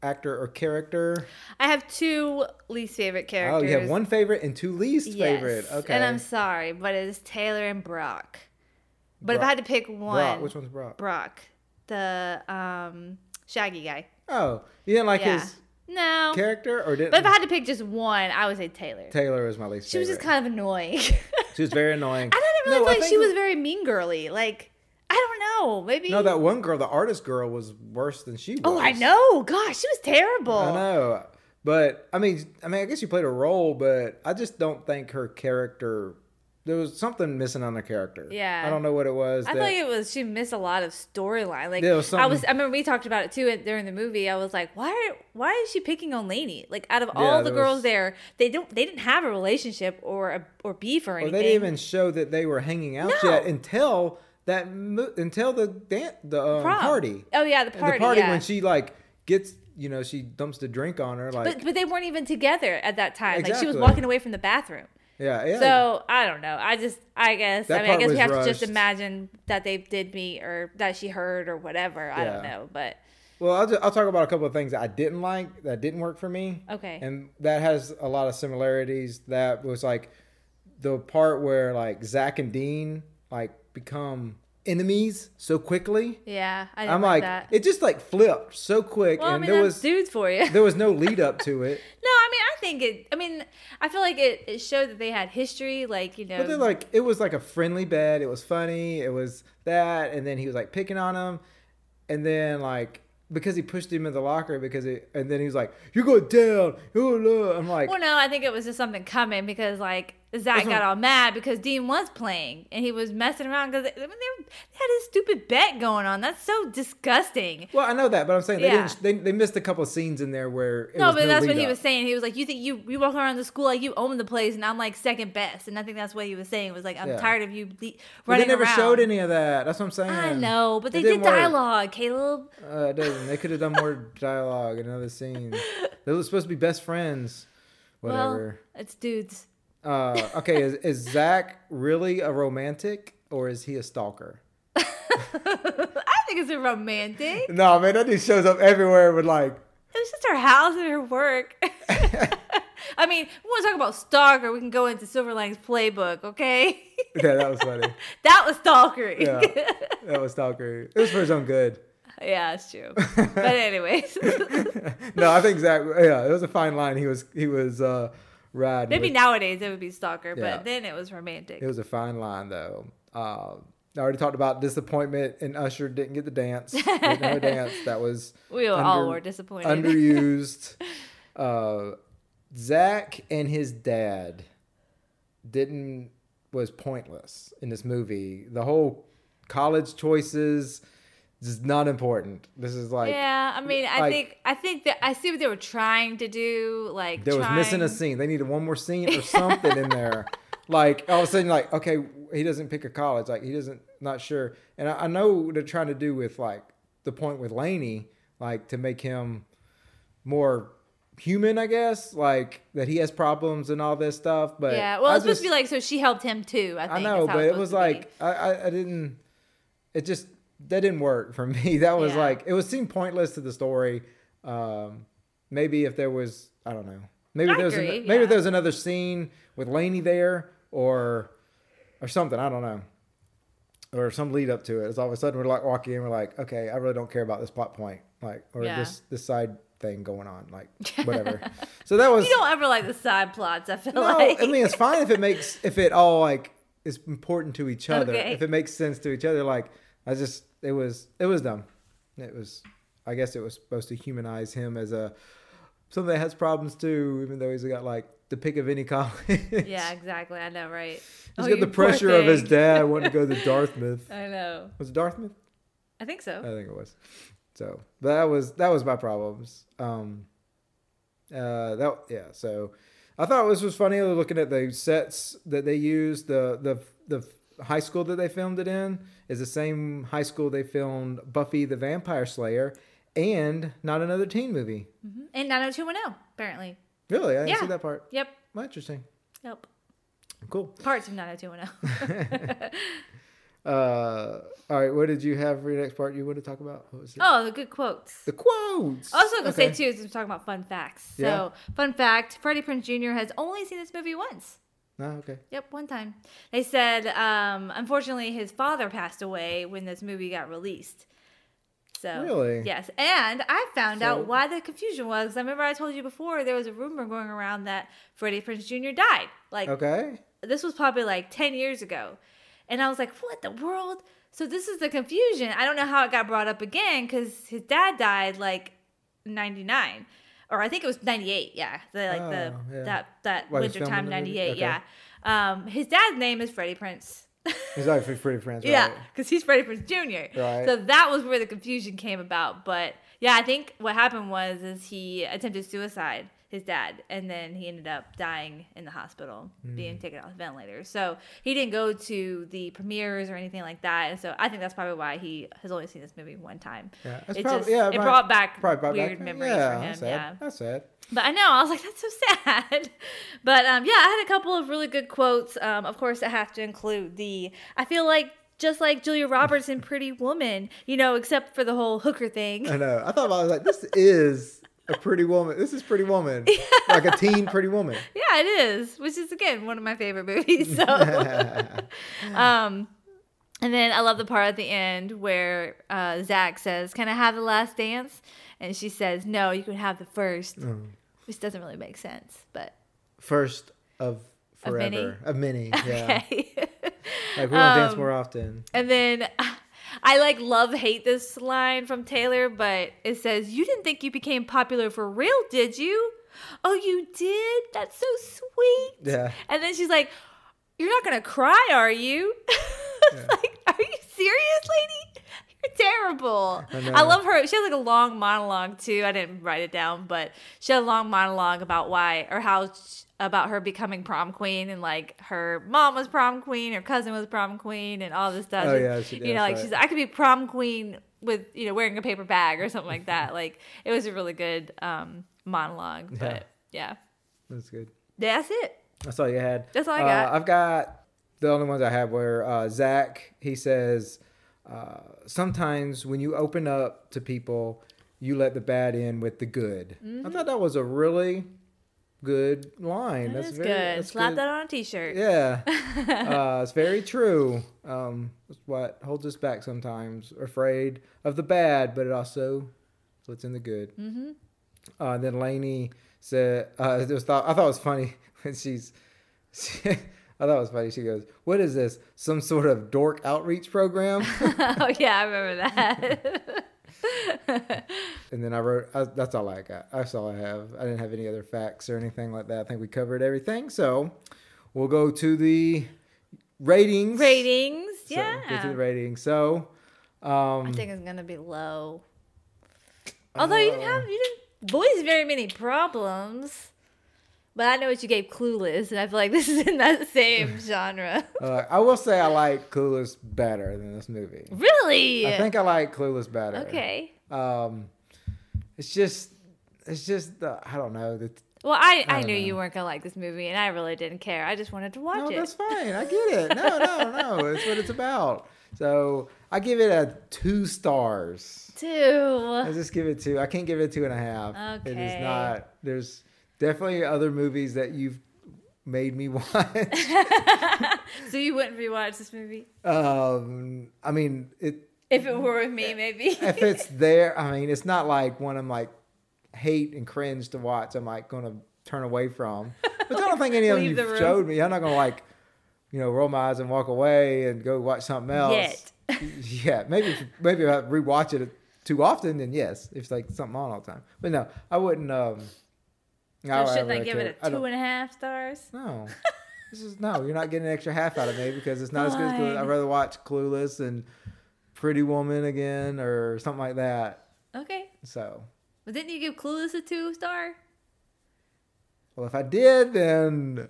A: actor or character?
B: I have two least favorite
A: Oh,
B: characters.
A: you have one favorite and two least favorite. Okay.
B: And I'm sorry, but it is Taylor and Brock. But if I
A: Brock-
B: had to pick one,
A: Brock. Which one's Brock?
B: Brock, the um, Shaggy guy.
A: Oh, you didn't like
B: Yeah.
A: his
B: No.
A: character or didn't?
B: But if I had to pick just one, I would say Taylor.
A: Taylor was my least
B: she
A: favorite.
B: was just kind of annoying.
A: She was very annoying.
B: I didn't really
A: No,
B: feel like
A: think-
B: she was very mean girly. Like I don't know. Maybe.
A: No, that one girl, the artist girl, was worse than she was.
B: Oh, I know. Gosh, she was terrible.
A: I know. But I mean, I mean, I guess she played a role, but I just don't think her character. There was something missing on her character.
B: Yeah.
A: I don't know what it was. that-
B: I feel like it was she missed a lot of storyline. Like
A: There was
B: I was,
A: something-
B: I remember we talked about it too at- during the movie. I was like, why, why is she picking on Lainey? Like out of all the
A: there
B: girls
A: was-
B: there, they don't, they didn't have a relationship or a, or beef or
A: Or
B: anything.
A: they didn't even show that they were hanging out
B: No.
A: yet until that mo- until the dan- the um,
B: Prom.
A: party.
B: Oh, yeah, the party,
A: The party
B: yeah.
A: when she like gets you know she dumps the drink on her like
B: but, but they weren't even together at that time. Like she was
A: Exactly.
B: walking away from the bathroom.
A: yeah yeah.
B: So I don't know. I just, I guess,
A: That
B: I mean, I
A: part
B: guess we
A: was
B: have to just
A: rushed.
B: imagine that they did meet or that she heard or whatever. I don't
A: Yeah.
B: know, but
A: Well, I'll, just, I'll talk about a couple of things that I didn't like that didn't work for me.
B: Okay.
A: And that has a lot of similarities. That was like the part where like Zach and Dean like become enemies so quickly.
B: yeah, I didn't
A: I'm like,
B: like, that.
A: it just like flipped so quick,
B: well, I
A: and
B: mean,
A: there
B: there
A: was
B: dudes for you.
A: there was no lead up to it.
B: No, I mean, I think it. I mean, I feel like it, it showed that they had history, like you know.
A: But then like it was like a friendly bed. It was funny. It was that, and then he was like picking on him, and then like because he pushed him in the locker because it, and then he was like, "You're going down." Ooh, look." I'm like,
B: well, no, I think it was just something coming because like Zach
A: That's
B: got
A: what-
B: all mad because Dean was playing and he was messing around because I mean, they, were- they had this stupid bet going on. That's so disgusting.
A: Well, I know that, but I'm saying they
B: Yeah.
A: didn't. They, they missed a couple of scenes in there where it
B: No,
A: was
B: but that's what
A: lead
B: he
A: up.
B: was saying. He was like, "You think you you walk around the school like you own the place, and I'm like second best." And I think that's what he was saying. was like, "I'm
A: Yeah.
B: tired of you le-
A: But
B: running
A: they never
B: around."
A: showed any of that. That's what I'm saying.
B: I know, but they
A: It
B: did
A: didn't work.
B: dialogue, Caleb.
A: Uh, it doesn't. They could have done more dialogue in other scenes. They were supposed to be best friends.
B: Well,
A: Whatever.
B: it's dudes.
A: uh, okay, is, is Zach really a romantic or is he a stalker?
B: I think it's a romantic.
A: No, man, that dude shows up everywhere with like.
B: It was just her house and her work. I mean, we want to talk about stalker. We can go into Silver Linings Playbook, okay?
A: Yeah, that was funny.
B: that was stalkering.
A: Yeah,
B: Yeah,
A: that was stalker. It was for his own good.
B: it's true. But anyways,
A: No, I think Zach. Yeah, it was a fine line. He was he was uh, riding.
B: maybe
A: with.
B: nowadays it would be stalker,
A: Yeah.
B: but then it was romantic.
A: It was a fine line, though. Um, I already talked about disappointment, and Usher didn't get the dance. Didn't have a dance that was
B: We all
A: under-
B: were disappointed.
A: Underused. uh, Zach and his dad didn't was pointless in this movie. The whole college choices is not important. This is like
B: yeah, I mean, I
A: like-
B: think I think that I see what they were trying to do. Like
A: There was missing a
B: trying-
A: scene. They needed one more scene or something in there. like all of a sudden like okay he doesn't pick a college like he doesn't not sure and I, I know what they're trying to do with like the point with Laney like to make him more human I guess like that he has problems and all this stuff but
B: yeah. Well,
A: I
B: it's supposed
A: just-
B: to be like so she helped him too. I think.
A: I
B: is
A: know
B: how
A: but it
B: supposed
A: was
B: to be.
A: like I, I I didn't it just that didn't work for me that was
B: Yeah.
A: like it was seemed pointless to the story um maybe if there was I don't know maybe
B: I
A: there was an-
B: agree,
A: maybe
B: yeah.
A: there was another scene with Laney there or or something. I don't know. Or some lead up to it. It's all of a sudden we're like walking in, we're like, okay, I really don't care about this plot point, like or
B: Yeah.
A: this this side thing going on, like whatever. so that was
B: you don't ever like the side plots. I feel
A: no.
B: like.
A: I mean, it's fine if it makes if it all like is important to each other,
B: Okay.
A: if it makes sense to each other. Like I just, it was it was dumb. It was, I guess, it was supposed to humanize him as a somebody that has problems too, even though he's got like the pick of any college.
B: yeah, exactly. I know, right? Oh, He's
A: He's got the pressure of his dad wanting to go to Dartmouth.
B: I know.
A: Was it Dartmouth?
B: I think so.
A: I think it was. So that was that was my problems. Um, uh, that yeah. So I thought this was funny. Looking at the sets that they used, the the the high school that they filmed it in is the same high school they filmed Buffy the Vampire Slayer and not another teen movie.
B: and 90210, apparently.
A: Really, I didn't see
B: Yeah.
A: that part.
B: Yep.
A: Well, interesting.
B: Yep.
A: Cool.
B: Parts of 90210.
A: Uh, all right. What did you have for your next part? You want to talk about? What was it?
B: oh, the good quotes.
A: The quotes.
B: Also, gonna
A: Okay.
B: say too, since we're talking about fun facts. So,
A: Yeah.
B: fun fact: Freddie Prinze Jr. has only seen this movie once.
A: No, okay.
B: Yep, one time. They said, um, unfortunately, his father passed away when this movie got released. So
A: Really?
B: yes, and I found
A: So-
B: out why the confusion was. I remember I told you before there was a rumor going around that Freddie Prinze Jr. died. Like
A: Okay.
B: this was probably like 10 years ago. And I was like, what the world? So this is the confusion. I don't know how it got brought up again because his dad died like 99 or I think it was 98. Yeah. The, like the,
A: Oh, yeah.
B: that, that
A: While he's
B: winter time
A: filming the movie?
B: 98.
A: Okay.
B: Yeah. Um, his dad's name is Freddie Prince.
A: He's actually pretty friends.
B: Yeah,
A: Right?
B: because he's Freddie Prince Jr.
A: Right.
B: So that was where the confusion came about. But yeah, I think what happened was is he attempted suicide, his dad, and then he ended up dying in the hospital,
A: Hmm.
B: being taken off the ventilator. So he didn't go to the premieres or anything like that. And so I think that's probably why he has only seen this movie one time.
A: Yeah,
B: it
A: that's prob-
B: just
A: yeah,
B: it
A: might-
B: brought back
A: probably brought
B: weird
A: back-
B: memories
A: yeah,
B: for him.
A: That's sad.
B: Yeah.
A: That's sad.
B: But I know, I was like, that's so sad. but um, yeah, I had a couple of really good quotes. Um, of course, I have to include the, I feel like, just like Julia Roberts in Pretty Woman, you know, except for the whole hooker thing.
A: I know. I thought about it, I was like, this is a pretty woman. This is pretty woman. Like a teen pretty woman.
B: Yeah, it is, which is again one of my favorite movies. So, um, and then I love the part at the end where uh, Zach says, "Can I have the last dance?" And she says, "No, you can have the first. which doesn't really make sense, but
A: First of
B: Of many?
A: forever. Of many. Yeah.
B: okay. Um,
A: Like we will dance more often.
B: And then I like love hate this line from Taylor, but it says, You didn't think you became popular for real, did you? Oh, you did? That's so sweet.
A: Yeah.
B: And then she's like, You're not going to cry, are you? It's like, Are you serious, lady? You're terrible.
A: I
B: I,
A: know.
B: love her. She had like a long monologue too. I didn't write it down, but she had a long monologue about why or how sh about her becoming prom queen and like her mom was prom queen, her cousin was prom queen, and all this stuff.
A: Oh,
B: And,
A: yeah, she-
B: you
A: yeah,
B: know, like
A: sorry.
B: she's I could be prom queen with you know wearing a paper bag or something like that. Like it was a really good um, monologue, but yeah,
A: That's good.
B: that's it.
A: That's all you had.
B: That's all I
A: Uh,
B: got.
A: I've got the only ones I have were uh, Zach. He says, uh, "Sometimes when you open up to people, you let the bad in with the good."
B: Mm-hmm.
A: I thought that was a really good line. that's
B: That's it's
A: very,
B: good.
A: That's
B: Slap
A: good.
B: that on a t-shirt.
A: Yeah, uh, it's very true. Um, it's what holds us back sometimes. We're afraid of the bad, but it also what's in the good. Mm-hmm. Uh, then Lainey said, uh, it was thought, I thought it was funny when she's, she, I thought it was funny. She goes, "What is this? Some sort of dork outreach program?"
B: oh yeah, I remember that.
A: and then I wrote, I, "That's all I got. That's all I have. I didn't have any other facts or anything like that. I think we covered everything. So we'll go to the ratings.
B: Ratings,
A: So,
B: yeah.
A: Get to the rating. So,
B: I think it's gonna be low.
A: Uh.
B: Although you didn't have you didn't voice very many problems. But I know what you gave Clueless, and I feel like this is in that same genre.
A: Uh, I will say I like Clueless better than this movie.
B: really?
A: I think I like Clueless better.
B: okay.
A: Um, it's just, it's just the I don't know. The,
B: Well, I, I,
A: don't
B: knew
A: know.
B: you weren't gonna like this movie, and I really didn't care. I just wanted to watch
A: no,
B: it.
A: that's fine. I get it. No, no, no. It's what it's about. So I give it a two stars. I
B: Two.
A: just give it two. I can't give it two and a half. It is
B: Okay.
A: not. There's definitely other movies that you've made me watch.
B: So you wouldn't rewatch this movie
A: um, I mean it.
B: if it were with me, maybe.
A: if it's there, I mean, it's not like one I'm like hate and cringe to watch. I'm like going to turn away from. But I don't think any of them
B: Leave
A: you
B: the room.
A: showed me. I'm not going to like, you know, roll my eyes and walk away and go watch something else. yeah, maybe if- maybe if I rewatch it too often, then yes, if it's like something on all the time. But no, I wouldn't. um
B: so
A: would-
B: shouldn't I
A: really
B: give
A: care.
B: it
A: I
B: a
A: don't-
B: two and a half stars?
A: no. This is no, you're not getting an extra half out of me because it's not as good as Clueless.
B: Fine.
A: I'd rather watch Clueless and Pretty Woman again or something like that.
B: Okay.
A: So,
B: But didn't you give Clueless a two star?
A: well, if I did, then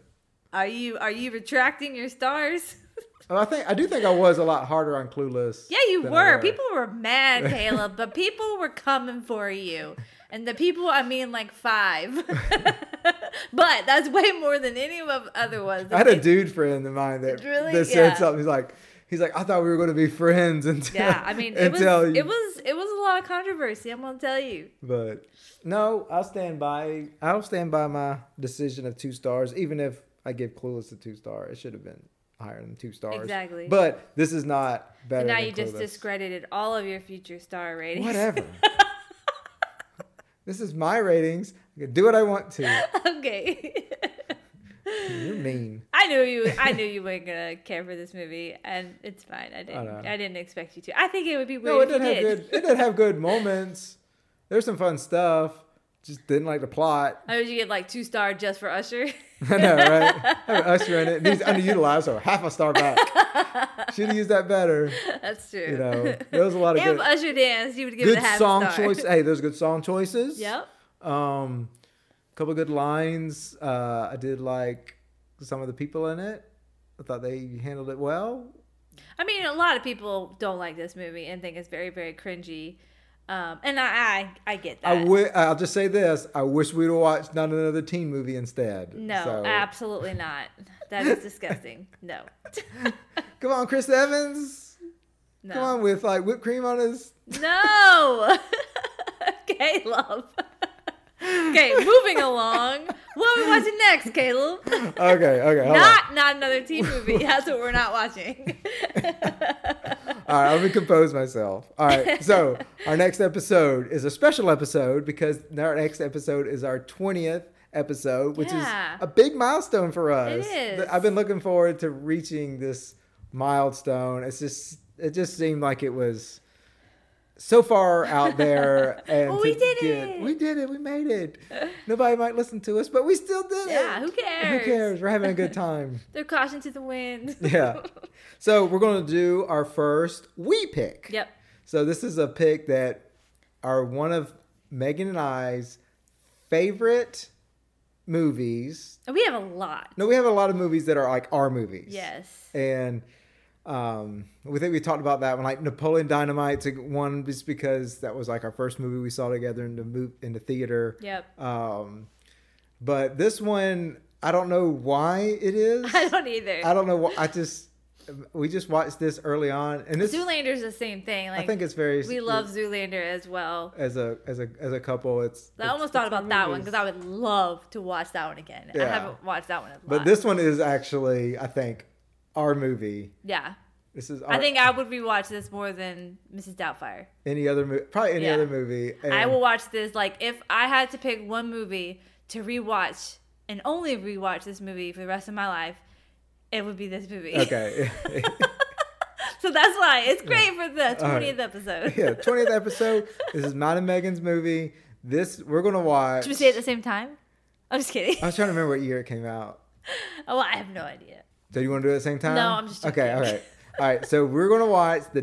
B: Are you are you retracting your stars?
A: well, I think I do think I was a lot harder on Clueless.
B: Yeah, you
A: than I
B: were. People were mad, Caleb, but people were coming for you. And the people, I mean, like five. but that's way more than any of other ones.
A: I had a dude friend of mine that
B: Really?
A: that said
B: Yeah.
A: something. He's like, he's like, I thought we were going to be friends until
B: Yeah, I mean, it was,
A: until you-
B: it was it was a lot of controversy. I'm gonna tell you.
A: But no, I'll stand by. I'll stand by my decision of two stars, even if I give Clueless a two star. It should have been higher than two stars.
B: Exactly.
A: But this is not better.
B: And now
A: than
B: you just
A: Clueless.
B: discredited all of your future star ratings.
A: Whatever. this is my ratings. I can do what I want to.
B: okay.
A: You're mean.
B: I knew you. I knew you weren't gonna care for this movie, and it's fine. I didn't.
A: know.
B: I, didn't expect you to. I think it would be weird.
A: No, it
B: if you
A: did have
B: did.
A: good. It did have good moments. There's some fun stuff. Just didn't like the plot.
B: How did you get like two star just for Usher?
A: I know, right? Having Usher in it. He's underutilized, so half a star back. Should have used that better.
B: That's true.
A: You know, there was a lot of
B: if
A: good.
B: Usher danced, you would give it a
A: good
B: half
A: song
B: star.
A: choice. Hey, there's good song choices.
B: Yep.
A: Um, a couple good lines. Uh, I did like some of the people in it. I thought they handled it well.
B: I mean, a lot of people don't like this movie and think it's very, very cringy. Um, and I, I, I get that.
A: I w- I'll just say this: I wish we'd have watched not another teen movie instead.
B: no,
A: So-
B: absolutely not. That is disgusting. No.
A: Come on, Chris Evans.
B: No.
A: Come on with like whipped cream on his.
B: No. Caleb. okay, moving along. What are we watching next, Caleb?
A: Okay, okay. Hold on.
B: not, not another teen movie. That's what we're not watching.
A: All right, let me compose myself. All right, so our next episode is a special episode because our next episode is our 20th episode, which
B: Yeah.
A: is a big milestone for us.
B: is.
A: I've been looking forward to reaching this milestone. It's just it just seemed like it was so far out there and
B: we
A: to
B: did
A: get-
B: it.
A: We did it. We made it. Nobody might listen to us, but we still did
B: Yeah,
A: it. Who
B: who cares?
A: cares? We're having a good time.
B: They're caution to the wind.
A: Yeah. So we're going to do our first we pick.
B: Yep.
A: So this is a pick that are one of Megan and I's favorite movies.
B: And we have a lot.
A: No, we have a lot of movies that are like our movies.
B: Yes.
A: And um, we think we talked about that one. Like Napoleon Dynamite's a one just because that was like our first movie we saw together in the mo- in the theater.
B: Yep.
A: Um, but this one, I don't know why it is.
B: I don't either.
A: I don't know. wh- I just we just watched this early on, and this
B: Zoolander's the same thing. Like,
A: I think it's very
B: we love Zoolander as well.
A: as a as a as a couple. It's
B: I almost thought about that one because I would love to watch that one again. I
A: Yeah.
B: haven't watched that one a lot.
A: but this one is actually I think our movie.
B: yeah,
A: This is
B: I
A: our-
B: think I would rewatch this more than Mrs. Doubtfire.
A: any other movie, probably any
B: Yeah.
A: other movie.
B: I
A: and-
B: will watch this like if I had to pick one movie to rewatch and only rewatch this movie for the rest of my life, it would be this movie.
A: Okay.
B: so that's why it's great for the twentieth episode.
A: yeah, twentieth episode. This is mine and Megan's movie. This we're gonna watch.
B: Should we say it at the same time? I'm just kidding.
A: I was trying to remember what year it came out.
B: Oh, I have no idea.
A: So you want to do it at the same time?
B: No, I'm just
A: okay.
B: joking.
A: All right, all right. So we're gonna watch the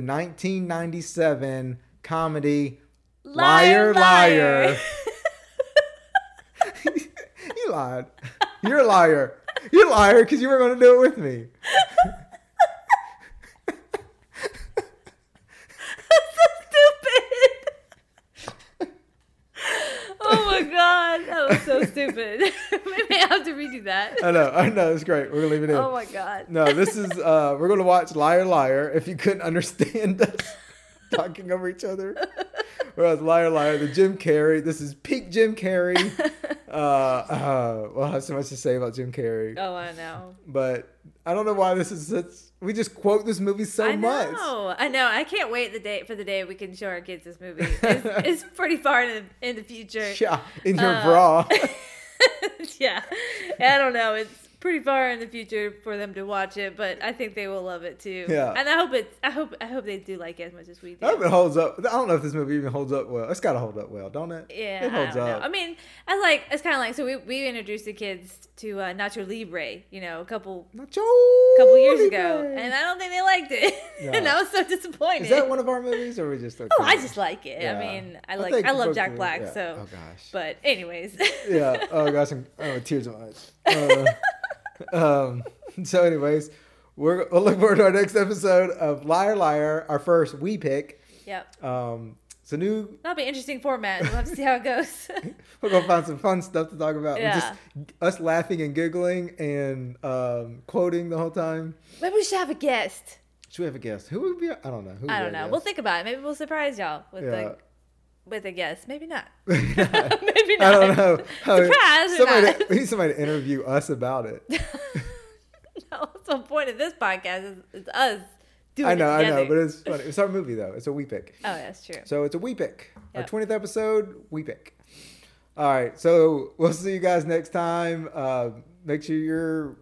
A: 1997 comedy Liar, liar. you lied. You're a liar. You're a liar because you were going to do it with me.
B: stupid. oh my god, that was so stupid. Maybe I have to redo that.
A: I know. I know. It's great. We're going to leave it in.
B: Oh my god.
A: No, this is, uh, we're going to watch Liar Liar if you couldn't understand us talking over each other. Whereas Liar Liar, the Jim Carrey, this is peak Jim Carrey. Uh, uh, well, I have so much to say about Jim Carrey.
B: Oh, I know.
A: but I don't know why this is such. We just quote this movie so
B: I
A: much.
B: know. I know. I can't wait the day for the day we can show our kids this movie. It's, it's pretty far in the, in the future.
A: Yeah, in your
B: Um,
A: bra.
B: yeah. I don't know. It's pretty far in the future for them to watch it, but I think they will love it too.
A: Yeah.
B: And I hope it. I hope. I hope they do like it as much as we do.
A: I hope it holds up. I don't know if this movie even holds up well. It's got to hold up well, don't it?
B: Yeah,
A: it holds
B: I don't
A: up.
B: Know. I mean, I like it's kind of like so we, we introduced the kids to uh, Nacho Libre, you know, a couple
A: Nacho
B: couple years
A: Libre.
B: ago, and I don't think they liked it, and
A: Yeah.
B: I was so disappointed.
A: is that one of our movies, or are we just?
B: Oh, I just like it.
A: Yeah.
B: I mean, I
A: I
B: like
A: think
B: I, love
A: both
B: Jack
A: of-
B: Black,
A: yeah.
B: so.
A: Oh, gosh.
B: But anyways,
A: yeah. Oh gosh, I'm, oh tears in my eyes. Uh, um. So, anyways, we're we'll look forward to our next episode of Liar Liar, our first we pick.
B: yep,
A: Um. It's a new
B: that'll be an interesting format. We'll have to see how it goes.
A: We're gonna find some fun stuff to talk about.
B: Yeah.
A: Just us laughing and giggling and um, quoting the whole time.
B: Maybe we should have a guest.
A: Should we have a guest? Who would be? I don't know. Who would
B: I
A: be
B: don't
A: our
B: know. We'll
A: guest?
B: think about it. Maybe we'll surprise y'all with
A: Yeah.
B: a with a guest. Maybe not. Maybe not.
A: I don't know. I mean,
B: Surprise or
A: Somebody,
B: not.
A: we need somebody to interview us about it.
B: That's the point of this podcast. Is, it's us doing
A: I know,
B: it
A: I know,
B: together.
A: but it's funny. It's our movie though. It's a we pick.
B: oh, that's true.
A: So it's a we pick. Our
B: Yep.
A: twentieth episode, we pick. All right, so we'll see you guys next time. Uh, make sure you're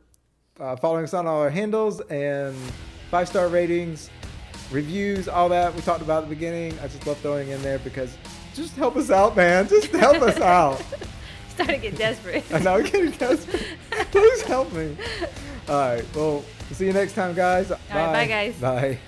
A: uh, following us on all our handles and five star ratings, reviews, all that we talked about at the beginning. I just love throwing in there because just help us out, man. Just help us out.
B: Starting to get desperate.
A: I know, I'm getting desperate. Please help me. All right, well, see you next time, guys.
B: right, bye, guys.
A: Bye.